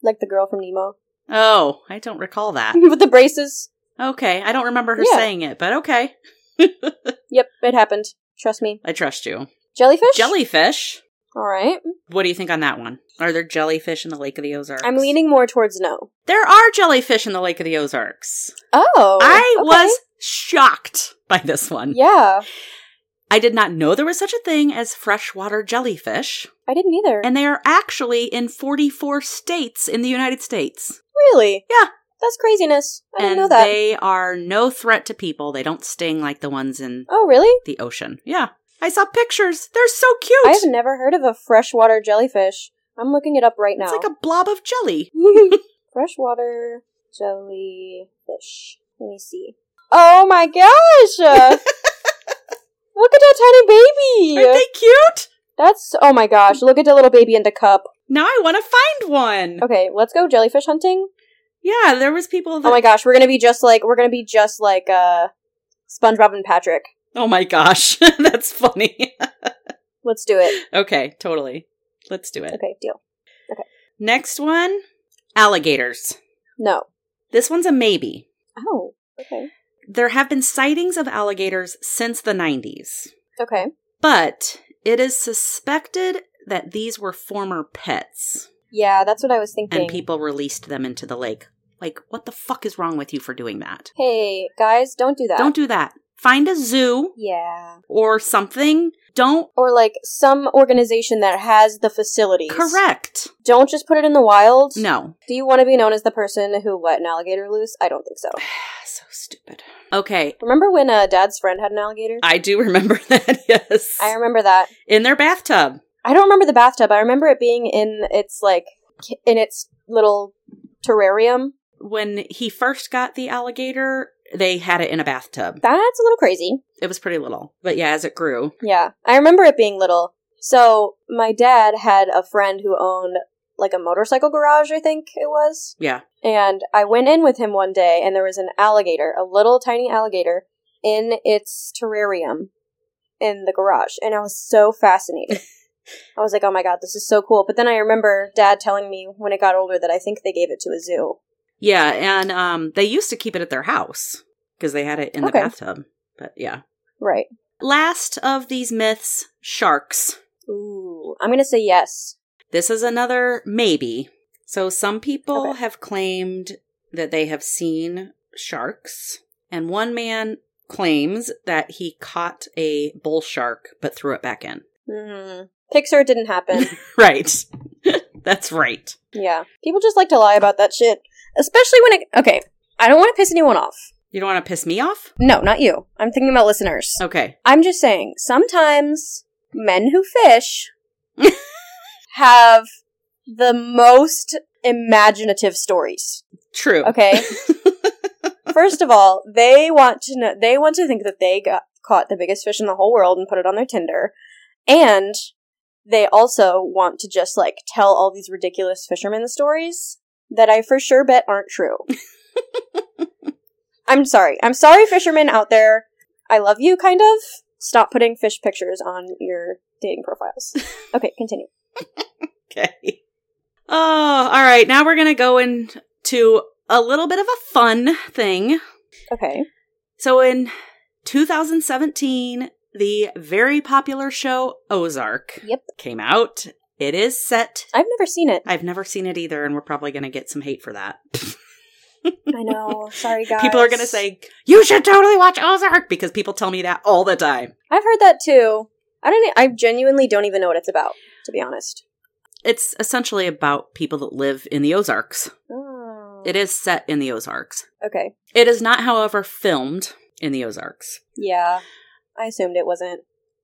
Like the girl from Nemo. oh, I don't recall that. With the braces. Okay, I don't remember her Yeah. saying it, but okay. Yep, it happened. Trust me. I trust you. Jellyfish? Jellyfish. All right. What do you think on that one? Are there jellyfish in the Lake of the Ozarks? I'm leaning more towards no. There are jellyfish in the Lake of the Ozarks. Oh. I okay. was shocked by this one. Yeah. I did not know there was such a thing as freshwater jellyfish, I didn't either. and they are actually in 44 states in the United States. really? Yeah. That's craziness. I and didn't know that. they are no threat to people. They don't sting like the ones in oh, really? the ocean. Yeah. I saw pictures. They're so cute. I've never heard of a freshwater jellyfish. I'm looking it up right now. It's like a blob of jelly. freshwater jellyfish. Let me see. Oh my gosh! Uh, look at that tiny baby. Aren't they cute? That's oh my gosh! Look at the little baby in the cup. Now I want to find one. Okay, let's go jellyfish hunting. Yeah, there was people that Oh my gosh, we're gonna be just like we're gonna be just like uh, SpongeBob and Patrick. Oh my gosh. That's funny. Let's do it. okay, totally. Let's do it. Okay, deal. Next one, alligators. No. This one's a maybe. Oh. Okay. There have been sightings of alligators since the 90s, Okay. but it is suspected that these were former pets Yeah, that's what I was thinking. and people released them into the lake. Like, what the fuck is wrong with you for doing that? Hey guys, don't do that. Don't do that. Find a zoo Yeah. or something. Don't Or like some organization that has the facilities. correct. Don't just put it in the wild. No, Do you want to be known as the person who let an alligator loose? I don't think so. so stupid. Okay, Remember when uh, Dad's friend had an alligator? I do remember that. Yes, I remember that. in their bathtub. I don't remember the bathtub. I remember it being in its like ki- in its little terrarium. When he first got the alligator, they had it in a bathtub. That's a little crazy. It was pretty little, but yeah, as it grew, Yeah, I remember it being little. So my dad had a friend who owned like a motorcycle garage. I think it was. yeah, And I went in with him one day, and there was an alligator, a little tiny alligator, in its terrarium in the garage. And I was so fascinated. I was like, oh my god, this is so cool. But then I remember dad telling me when it got older that I think they gave it to a zoo. yeah, and um, they used to keep it at their house because they had it in the Okay. bathtub. But yeah, Right. last of these myths, sharks. Ooh. I'm going to say yes. This is another maybe. So some people Okay. have claimed that they have seen sharks, and one man claims that he caught a bull shark but threw it back in. Mm-hmm. Pixar didn't happen. Right. That's right. yeah. People just like to lie about that shit. Especially when it. Okay. I don't want to piss anyone off. You don't want to piss me off? No, not you. I'm thinking about listeners. Okay. I'm just saying, sometimes men who fish have the most imaginative stories. True. Okay. First of all, they want to know they want to think that they got caught the biggest fish in the whole world and put it on their Tinder. And they also want to just like tell all these ridiculous fishermen stories that I for sure bet aren't true. I'm sorry. I'm sorry fishermen out there. I love you kind of. Stop putting fish pictures on your dating profiles. Okay, continue. Okay. Oh, all right. Now we're going to go into a little bit of a fun thing. Okay. So in 2017, the very popular show Ozark Yep. came out. It is set. I've never seen it. I've never seen it either, and we're probably going to get some hate for that. I know. Sorry guys. People are going to say, You should totally watch Ozark because people tell me that all the time. I've heard that too. I don't. e- I genuinely don't even know what it's about, to be honest. It's essentially about people that live in the Ozarks. It is set in the Ozarks. okay. It is not, however, filmed in the Ozarks. Yeah, I assumed it wasn't.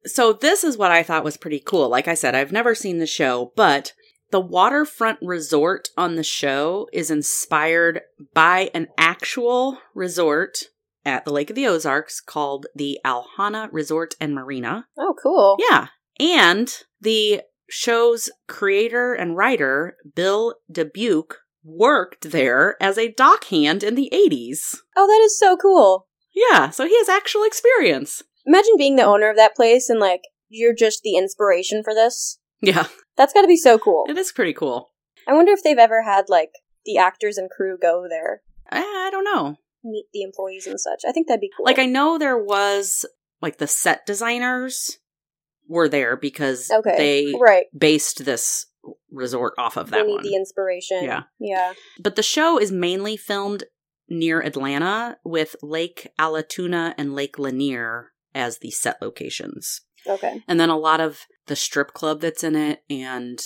So this is what I thought was pretty cool. Like I said, I've never seen the show, but the waterfront resort on the show is inspired by an actual resort at the Lake of the Ozarks called the Alhana Resort and Marina. Oh, cool. Yeah. And the show's creator and writer, Bill Dubuque, worked there as a dockhand in the 80s. Oh, that is so cool. Yeah, so he has actual experience. Imagine being the owner of that place and like you're just the inspiration for this. Yeah, That's got to be so cool. it is pretty cool. I wonder if they've ever had like the actors and crew go there, I, I don't know. meet the employees and such. I think that'd be cool. Like I know there was like the set designers were there because okay, they right. based this resort off of They that need one. the inspiration. Yeah. yeah. But the show is mainly filmed near Atlanta with Lake Alatuna and Lake Lanier as the set locations. Okay. And then a lot of the strip club that's in it and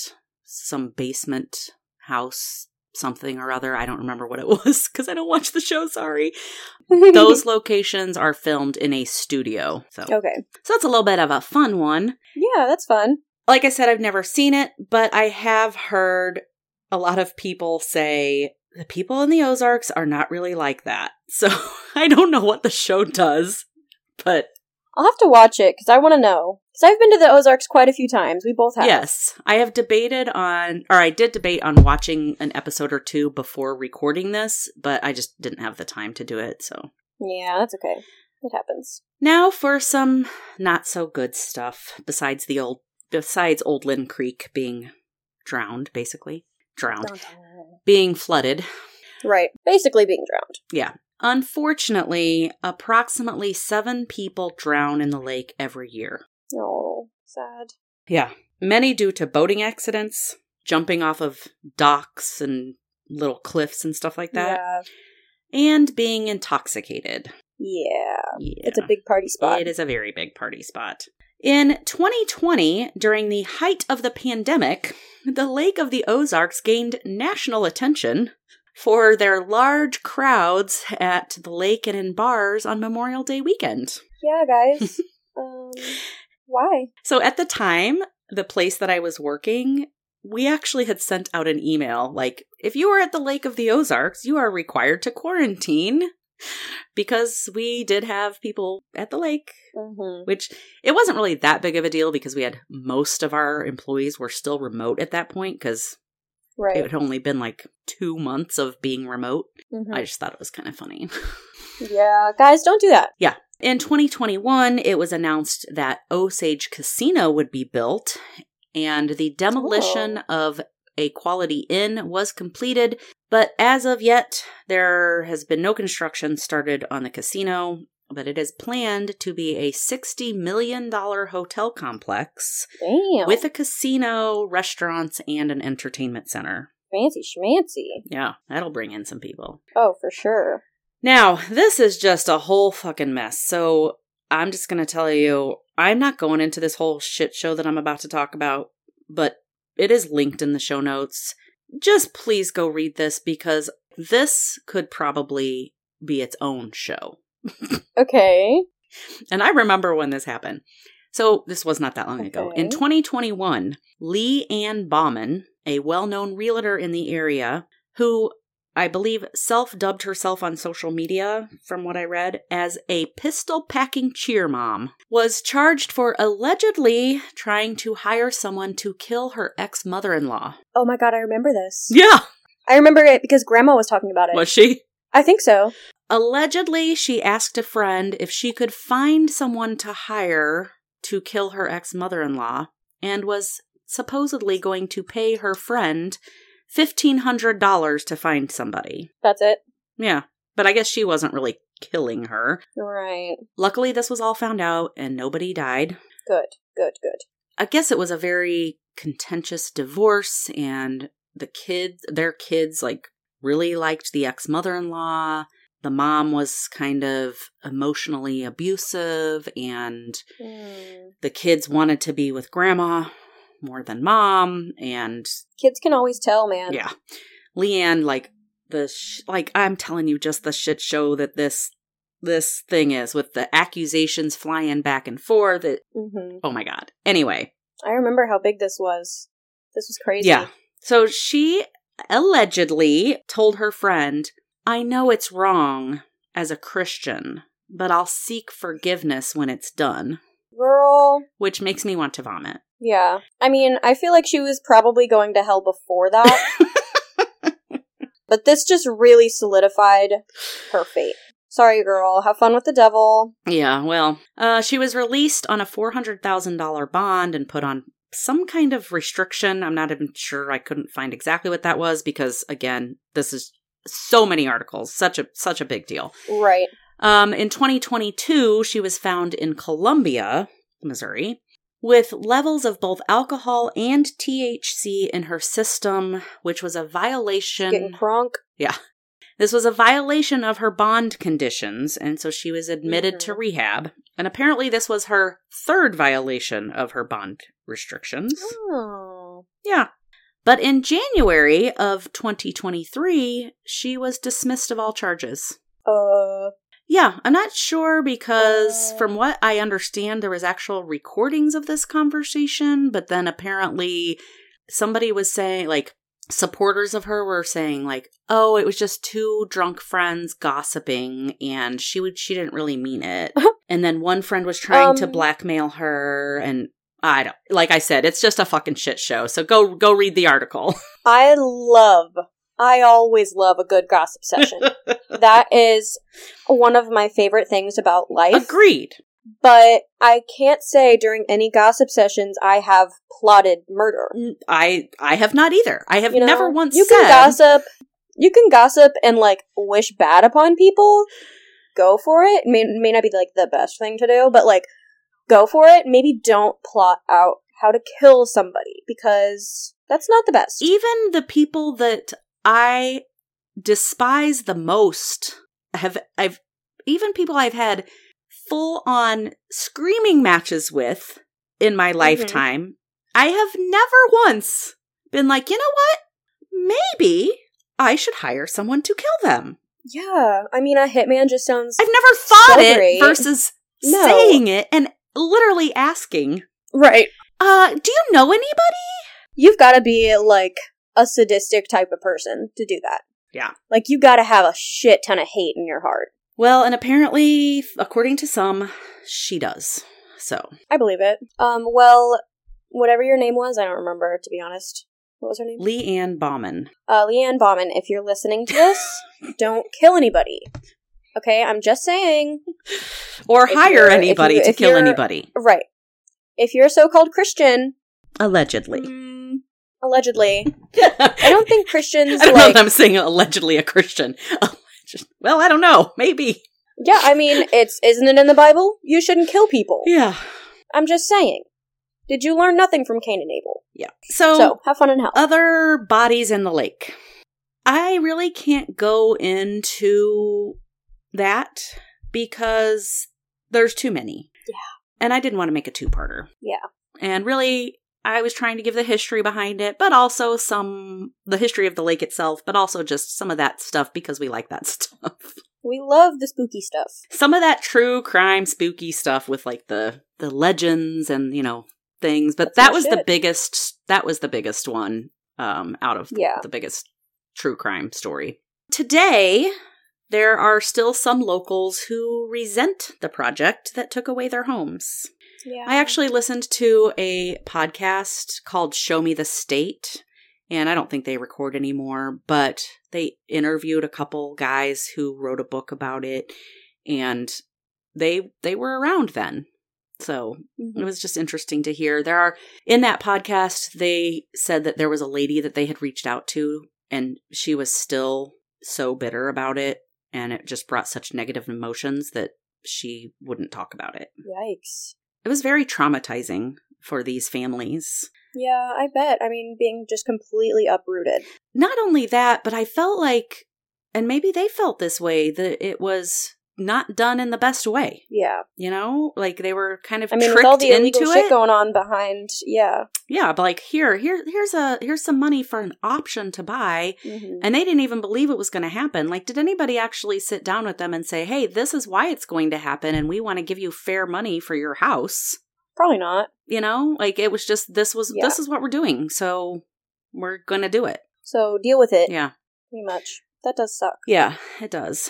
some basement house something or other. I don't remember what it was because I don't watch the show, sorry. Those locations are filmed in a studio. So Okay. so that's a little bit of a fun one. Yeah, that's fun. Like I said, I've never seen it, but I have heard a lot of people say the people in the Ozarks are not really like that. So I don't know what the show does, but I'll have to watch it because I want to know. Because I've been to the Ozarks quite a few times. We both have. Yes, I have debated on, or I did debate on watching an episode or two before recording this, but I just didn't have the time to do it. So Yeah, that's okay. It happens. now for some not so good stuff besides the old, besides Old Lynn Creek being drowned, basically drowned, being flooded. Right. Basically being drowned. Unfortunately, approximately seven people drown in the lake every year. Oh, sad. Yeah. Many due to boating accidents, jumping off of docks and little cliffs and stuff like that, and being intoxicated. Yeah. Yeah. Yeah. Um, It's a big party spot. It is a very big party spot. In 2020, during the height of the pandemic, the Lake of the Ozarks gained national attention for their large crowds at the lake and in bars on Memorial Day weekend. Yeah, guys. um, why? So at the time, the place that I was working, we actually had sent out an email like, if you are at the Lake of the Ozarks, you are required to quarantine because we did have people at the lake, Mm-hmm. which it wasn't really that big of a deal because we had most of our employees were still remote at that point because it Right. had only been like two months of being remote. Mhm. I just thought it was kind of funny. Yeah, guys, don't do that. In 2021, it was announced that Osage Casino would be built, and the demolition of a quality inn was completed. But as of yet, there has been no construction started on the casino, but it is planned to be a $60 million hotel complex Damn. with a casino, restaurants, and an entertainment center. fancy schmancy. Yeah, that'll bring in some people. Oh, for sure. Now, this is just a whole fucking mess. So, I'm just going to tell you, I'm not going into this whole shit show that I'm about to talk about, but it is linked in the show notes. Just please go read this because this could probably be its own show. Okay. And I remember when this happened. So, this was not that long ago. In Okay. 2021, Lee Ann Bauman, a well known realtor in the area, who I believe self dubbed herself on social media, from what I read, as a pistol packing cheer mom, was charged for allegedly trying to hire someone to kill her ex mother in law. Oh my god, I remember this. Yeah, I remember it because Grandma was talking about it. was she? I think so. Allegedly, she asked a friend if she could find someone to hire to kill her ex mother in law and was supposedly going to pay her friend $1,500 to find somebody. That's it. Yeah, but I guess she wasn't really killing her. Right. Luckily, this was all found out and nobody died. Good. Good. Good. I guess it was a very contentious divorce, and the kids, their kids, like really liked the ex mother in law. The mom was kind of emotionally abusive, and Mm. the kids wanted to be with grandma more than mom. And Kids can always tell, man. yeah, Leanne, like the sh- like, I'm telling you, just the shit show that this this thing is with the accusations flying back and forth. It, hmm oh my god. Anyway, I remember how big this was. This was crazy. Yeah. So she allegedly told her friend, I know it's wrong as a Christian, but I'll seek forgiveness when it's done, Girl. which makes me want to vomit. Yeah. I mean, I feel like she was probably going to hell before that. but this just really solidified her fate. Sorry, girl. Have fun with the devil. Yeah, well, uh, she was released on a $400,000 bond and put on some kind of restriction. I'm not even sure. I couldn't find exactly what that was because, again, this is so many articles. Such a such a big deal. Right. Um, in 2022, she was found in Columbia, Missouri, with levels of both alcohol and THC in her system, which was a Getting violation. crunk. Yeah. This was a violation of her bond conditions, and so she was admitted to Mm-hmm. rehab. And apparently, this was her third violation of her bond restrictions. Oh. Yeah. But in January of 2023, she was dismissed of all charges. Uh. Yeah, I'm not sure because Uh, from what I understand, there was actual recordings of this conversation, but then apparently somebody was saying, like, supporters of her were saying, like, oh, it was just two drunk friends gossiping, and she would she didn't really mean it. and then one friend was trying to Um, blackmail her, and I don't like I said, it's just a fucking shit show. So go go read the article. I love. I always love a good gossip session. that is one of my favorite things about life. Agreed. But I can't say during any gossip sessions I have plotted murder. N- I I have not either. I have You know, never once you said can gossip. You can gossip and like wish bad upon people. Go for it. May may not be like the best thing to do, but like go for it. Maybe don't plot out how to kill somebody because that's not the best. even the people that I despise the most have I've even people I've had full on screaming matches with in my lifetime. I have never once been like, you know what? Maybe I should hire someone to kill them. Yeah, I mean a hitman just sounds I've never thought So it great. versus No. saying it and literally asking, right. uh, do you know anybody? You've got to be like a sadistic type of person to do that. Yeah. like you got to have a shit ton of hate in your heart. Well, and apparently, according to some, she does. So, I believe it. Um, well, whatever your name was, I don't remember to be honest. What was her name? Lee Ann Bauman. uh, Leanne Bauman, if you're listening to this, don't kill anybody. Okay, I'm just saying. Or If you're- hire if anybody you- to if kill you're- anybody. Right. If you're a so called Christian, Allegedly. mm, allegedly, I I don't think Christians. I don't know like, that I'm saying allegedly a Christian. Alleged- well, I don't know. Maybe. Yeah, I mean, it's isn't it in the Bible? You shouldn't kill people. Yeah. I'm just saying. Did you learn nothing from Cain and Abel? Yeah. So, so have fun in hell. other bodies in the lake. I really can't go into that because there's too many. Yeah. And I didn't want to make a two parter. Yeah. And really, I was trying to give the history behind it, but also some, the history of the lake itself, but also just some of that stuff because we like that stuff. we love the spooky stuff. some of that true crime spooky stuff with like the the legends and you know things but That's that my was the shit. biggest that was the biggest one um out of the- Yeah. the biggest true crime story today there are still some locals who resent the project that took away their homes Yeah. I actually listened to a podcast called Show Me the State, and I don't think they record anymore, but they interviewed a couple guys who wrote a book about it and they they were around then. So, Mm-hmm. it was just interesting to hear. There are in that podcast they said that there was a lady that they had reached out to and she was still so bitter about it and it just brought such negative emotions that she wouldn't talk about it Yikes. it was very traumatizing for these families. Yeah, I bet. I mean, being just completely uprooted. Not only that, but I felt like, and maybe they felt this way, that it was not done in the best way. Yeah. You know, like they were kind of I mean, tricked with all the into illegal shit it. going on behind, yeah. yeah, but like here, here, here's a here's some money for an option to buy, Mhm. and they didn't even believe it was going to happen. Like, did anybody actually sit down with them and say, "Hey, this is why it's going to happen, and we want to give you fair money for your house"? Probably not. you know like it was just this was Yeah. this is what we're doing so we're gonna do it So deal with it. yeah Pretty much. That does suck. yeah it does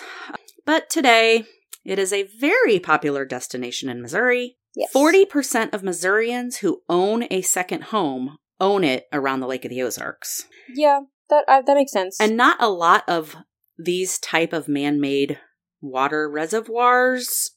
but today it is a very popular destination in missouri Yes. 40% of missourians who own a second home own it around the lake of the ozarks Yeah, that I, that makes sense. and not a lot of these type of man-made water reservoirs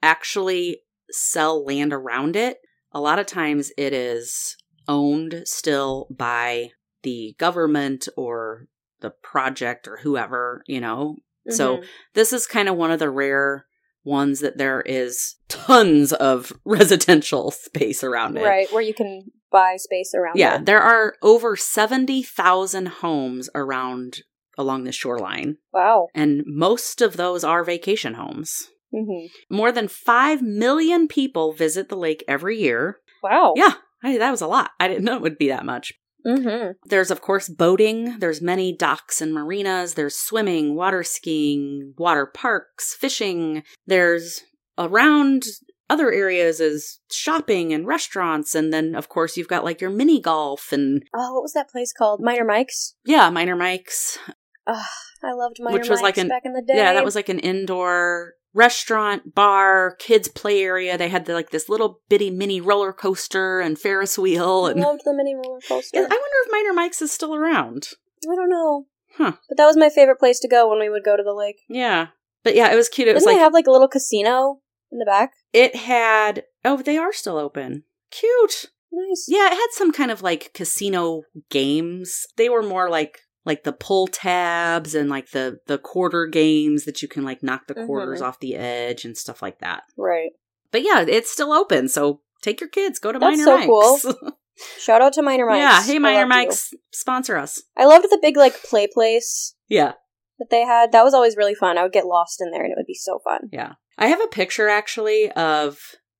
actually sell land around it. A lot of times it is owned still by the government or the project or whoever, you know. So Mhm. this is kind of one of the rare ones that there is tons of residential space around it. right where you can buy space around. Yeah, it. there are over 70,000 homes around along the shoreline, Wow. and most of those are vacation homes. hmm More than 5 million people visit the lake every year. Wow. Yeah, I, that was a lot. I didn't know it would be that much. hmm There's of course boating, there's many docks and marinas, there's swimming, water skiing, water parks, fishing. There's around other areas is shopping and restaurants and then of course you've got like your mini golf and Oh, what was that place called? Minor Mike's. yeah, minor mics. I loved Minor Which was Mike's like an- back in the day. Yeah, that was like an indoor restaurant, bar, kids play area. They had the, like this little bitty mini roller coaster and Ferris wheel I and loved the mini roller coaster. I wonder if Minor Mike's is still around. I don't know. Huh. But that was my favorite place to go when we would go to the lake. Yeah. But yeah, it was cute. It was Didn't like they have like a little casino in the back? it had oh they are still open cute Nice. yeah it had some kind of like casino games they were more like like the pull tabs and like the the quarter games that you can like knock the quarters Mhm. off the edge and stuff like that Right. but yeah it's still open so take your kids go to That's minor so mike's Shout out to Minor Mike's. yeah hey I minor loved you. mike's sponsor us I loved the big like play place yeah that they had. That was always really fun. I would get lost in there and it would be so fun. yeah i have a picture actually of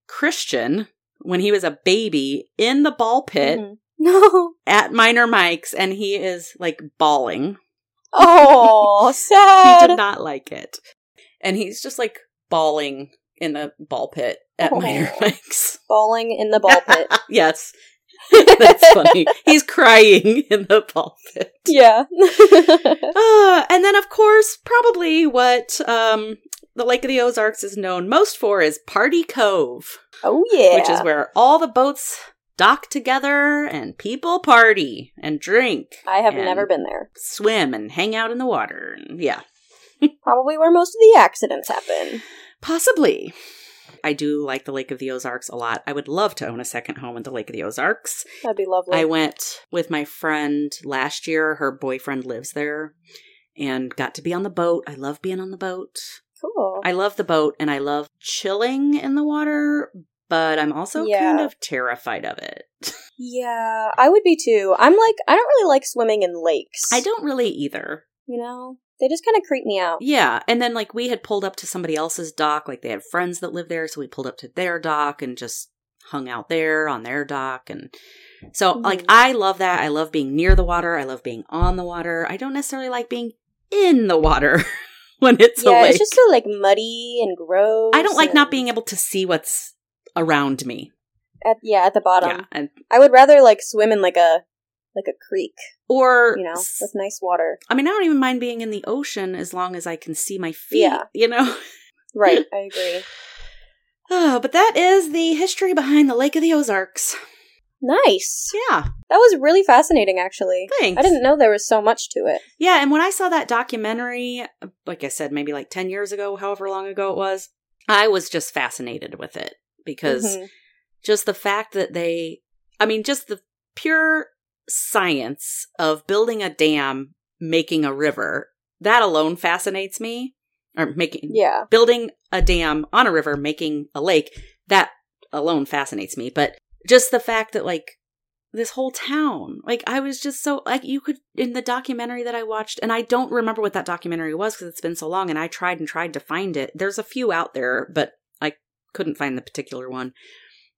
christian when he was a baby in the ball pit Mhm. No. at Minor Mike's and he is like bawling. Oh, He did sad. not like it. And he's just like bawling in the ball pit at Oh. Minor Mike's. Falling in the ball pit. yes. That's funny. He's crying in the ball pit. yeah. Uh, and then, of course, probably what um, the Lake of the Ozarks is known most for is Party Cove, oh yeah. which is where all the boats dock together and people party and drink. I have and never been there. swim and hang out in the water. And yeah, Probably where most of the accidents happen. possibly. I do like the Lake of the Ozarks a lot. I would love to own a second home at the Lake of the Ozarks. That'd be lovely. I went with my friend last year. Her boyfriend lives there and got to be on the boat. I love being on the boat. cool. I love the boat and I love chilling in the water, but I'm also Yeah. kind of terrified of it. yeah, I would be too. I'm like, I don't really like swimming in lakes. I don't really either. You know, they just kind of creep me out. Yeah. And then, like, we had pulled up to somebody else's dock. Like, they had friends that lived there. So we pulled up to their dock and just hung out there on their dock. And so, like, Mhm. I love that. I love being near the water. I love being on the water. I don't necessarily like being in the water when it's yeah, a lake. it's just so like muddy and gross. I don't like not and- being able to see what's around me. at yeah at the bottom. Yeah. And, I would rather like swim in like a like a creek, or, you know, s- with nice water. I mean, I don't even mind being in the ocean as long as I can see my feet, Yeah. you know? Right, I agree. Oh, but that is the history behind the Lake of the Ozarks. Nice. Yeah. That was really fascinating, actually. Thanks. I didn't know there was so much to it. Yeah, and when I saw that documentary, like I said, maybe like 10 years ago, however long ago it was, I was just fascinated with it because Mhm. just the fact that they, I mean, just the pure science of building a dam, making a river, that alone fascinates me. Or making, yeah, building a dam on a river, making a lake, that alone fascinates me. But just the fact that, like, this whole town, like, I was just so, like, you could, in the documentary that I watched, and I don't remember what that documentary was because it's been so long and I tried and tried to find it. There's a few out there, but I couldn't find the particular one.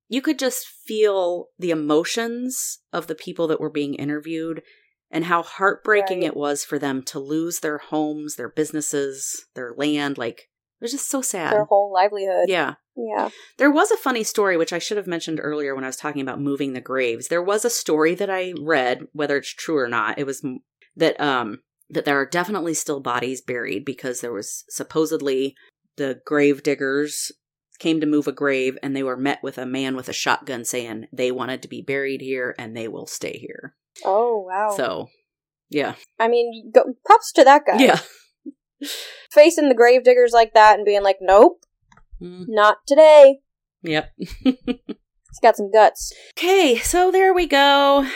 You could just feel the emotions of the people that were being interviewed and how heartbreaking Right. it was for them to lose their homes, their businesses, their land. Like, it was just so sad. their whole livelihood. Yeah. yeah. There was a funny story, which I should have mentioned earlier when I was talking about moving the graves. There was a story that I read, whether it's true or not, it was m- that, um, that there are definitely still bodies buried because there was supposedly the grave diggers came to move a grave and they were met with a man with a shotgun saying they wanted to be buried here and they will stay here. Oh wow. So, yeah. I mean, go, props to that guy. Yeah. facing the gravediggers like that and being like, nope, Mm, not today. yep. He's got some guts. Okay, so there we go.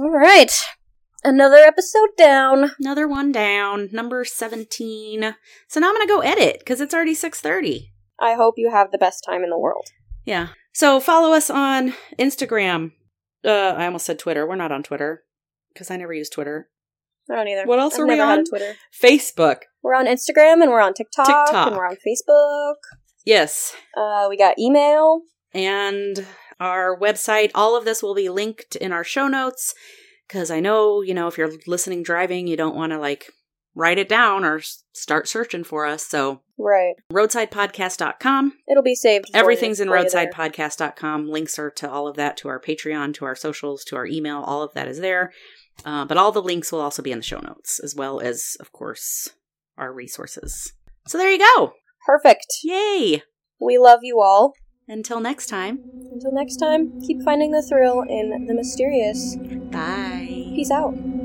All right. Another episode down. Another one down. Number 17. So now I'm going to go edit because it's already 6:30. I hope you have the best time in the world. Yeah. So follow us on Instagram. Uh, I almost said Twitter. We're not on Twitter because I never use Twitter. I don't either. What else I've are we never had a on? Twitter. Facebook. We're on Instagram and we're on TikTok, TikTok. and we're on Facebook. Yes. Uh, we got email. And our website, all of this will be linked in our show notes because I know, you know, if you're listening driving, you don't want to like write it down or s- start searching for us. So Right. roadsidepodcast.com. It'll be saved. for Everything's you- in for you there. roadsidepodcast.com. Links are to all of that, to our Patreon, to our socials, to our email. All of that is there. Uh, but all the links will also be in the show notes, as well as, of course, our resources. So there you go. Perfect. Yay. We love you all. Until next time. Until next time, keep finding the thrill in the mysterious. Bye. Peace out.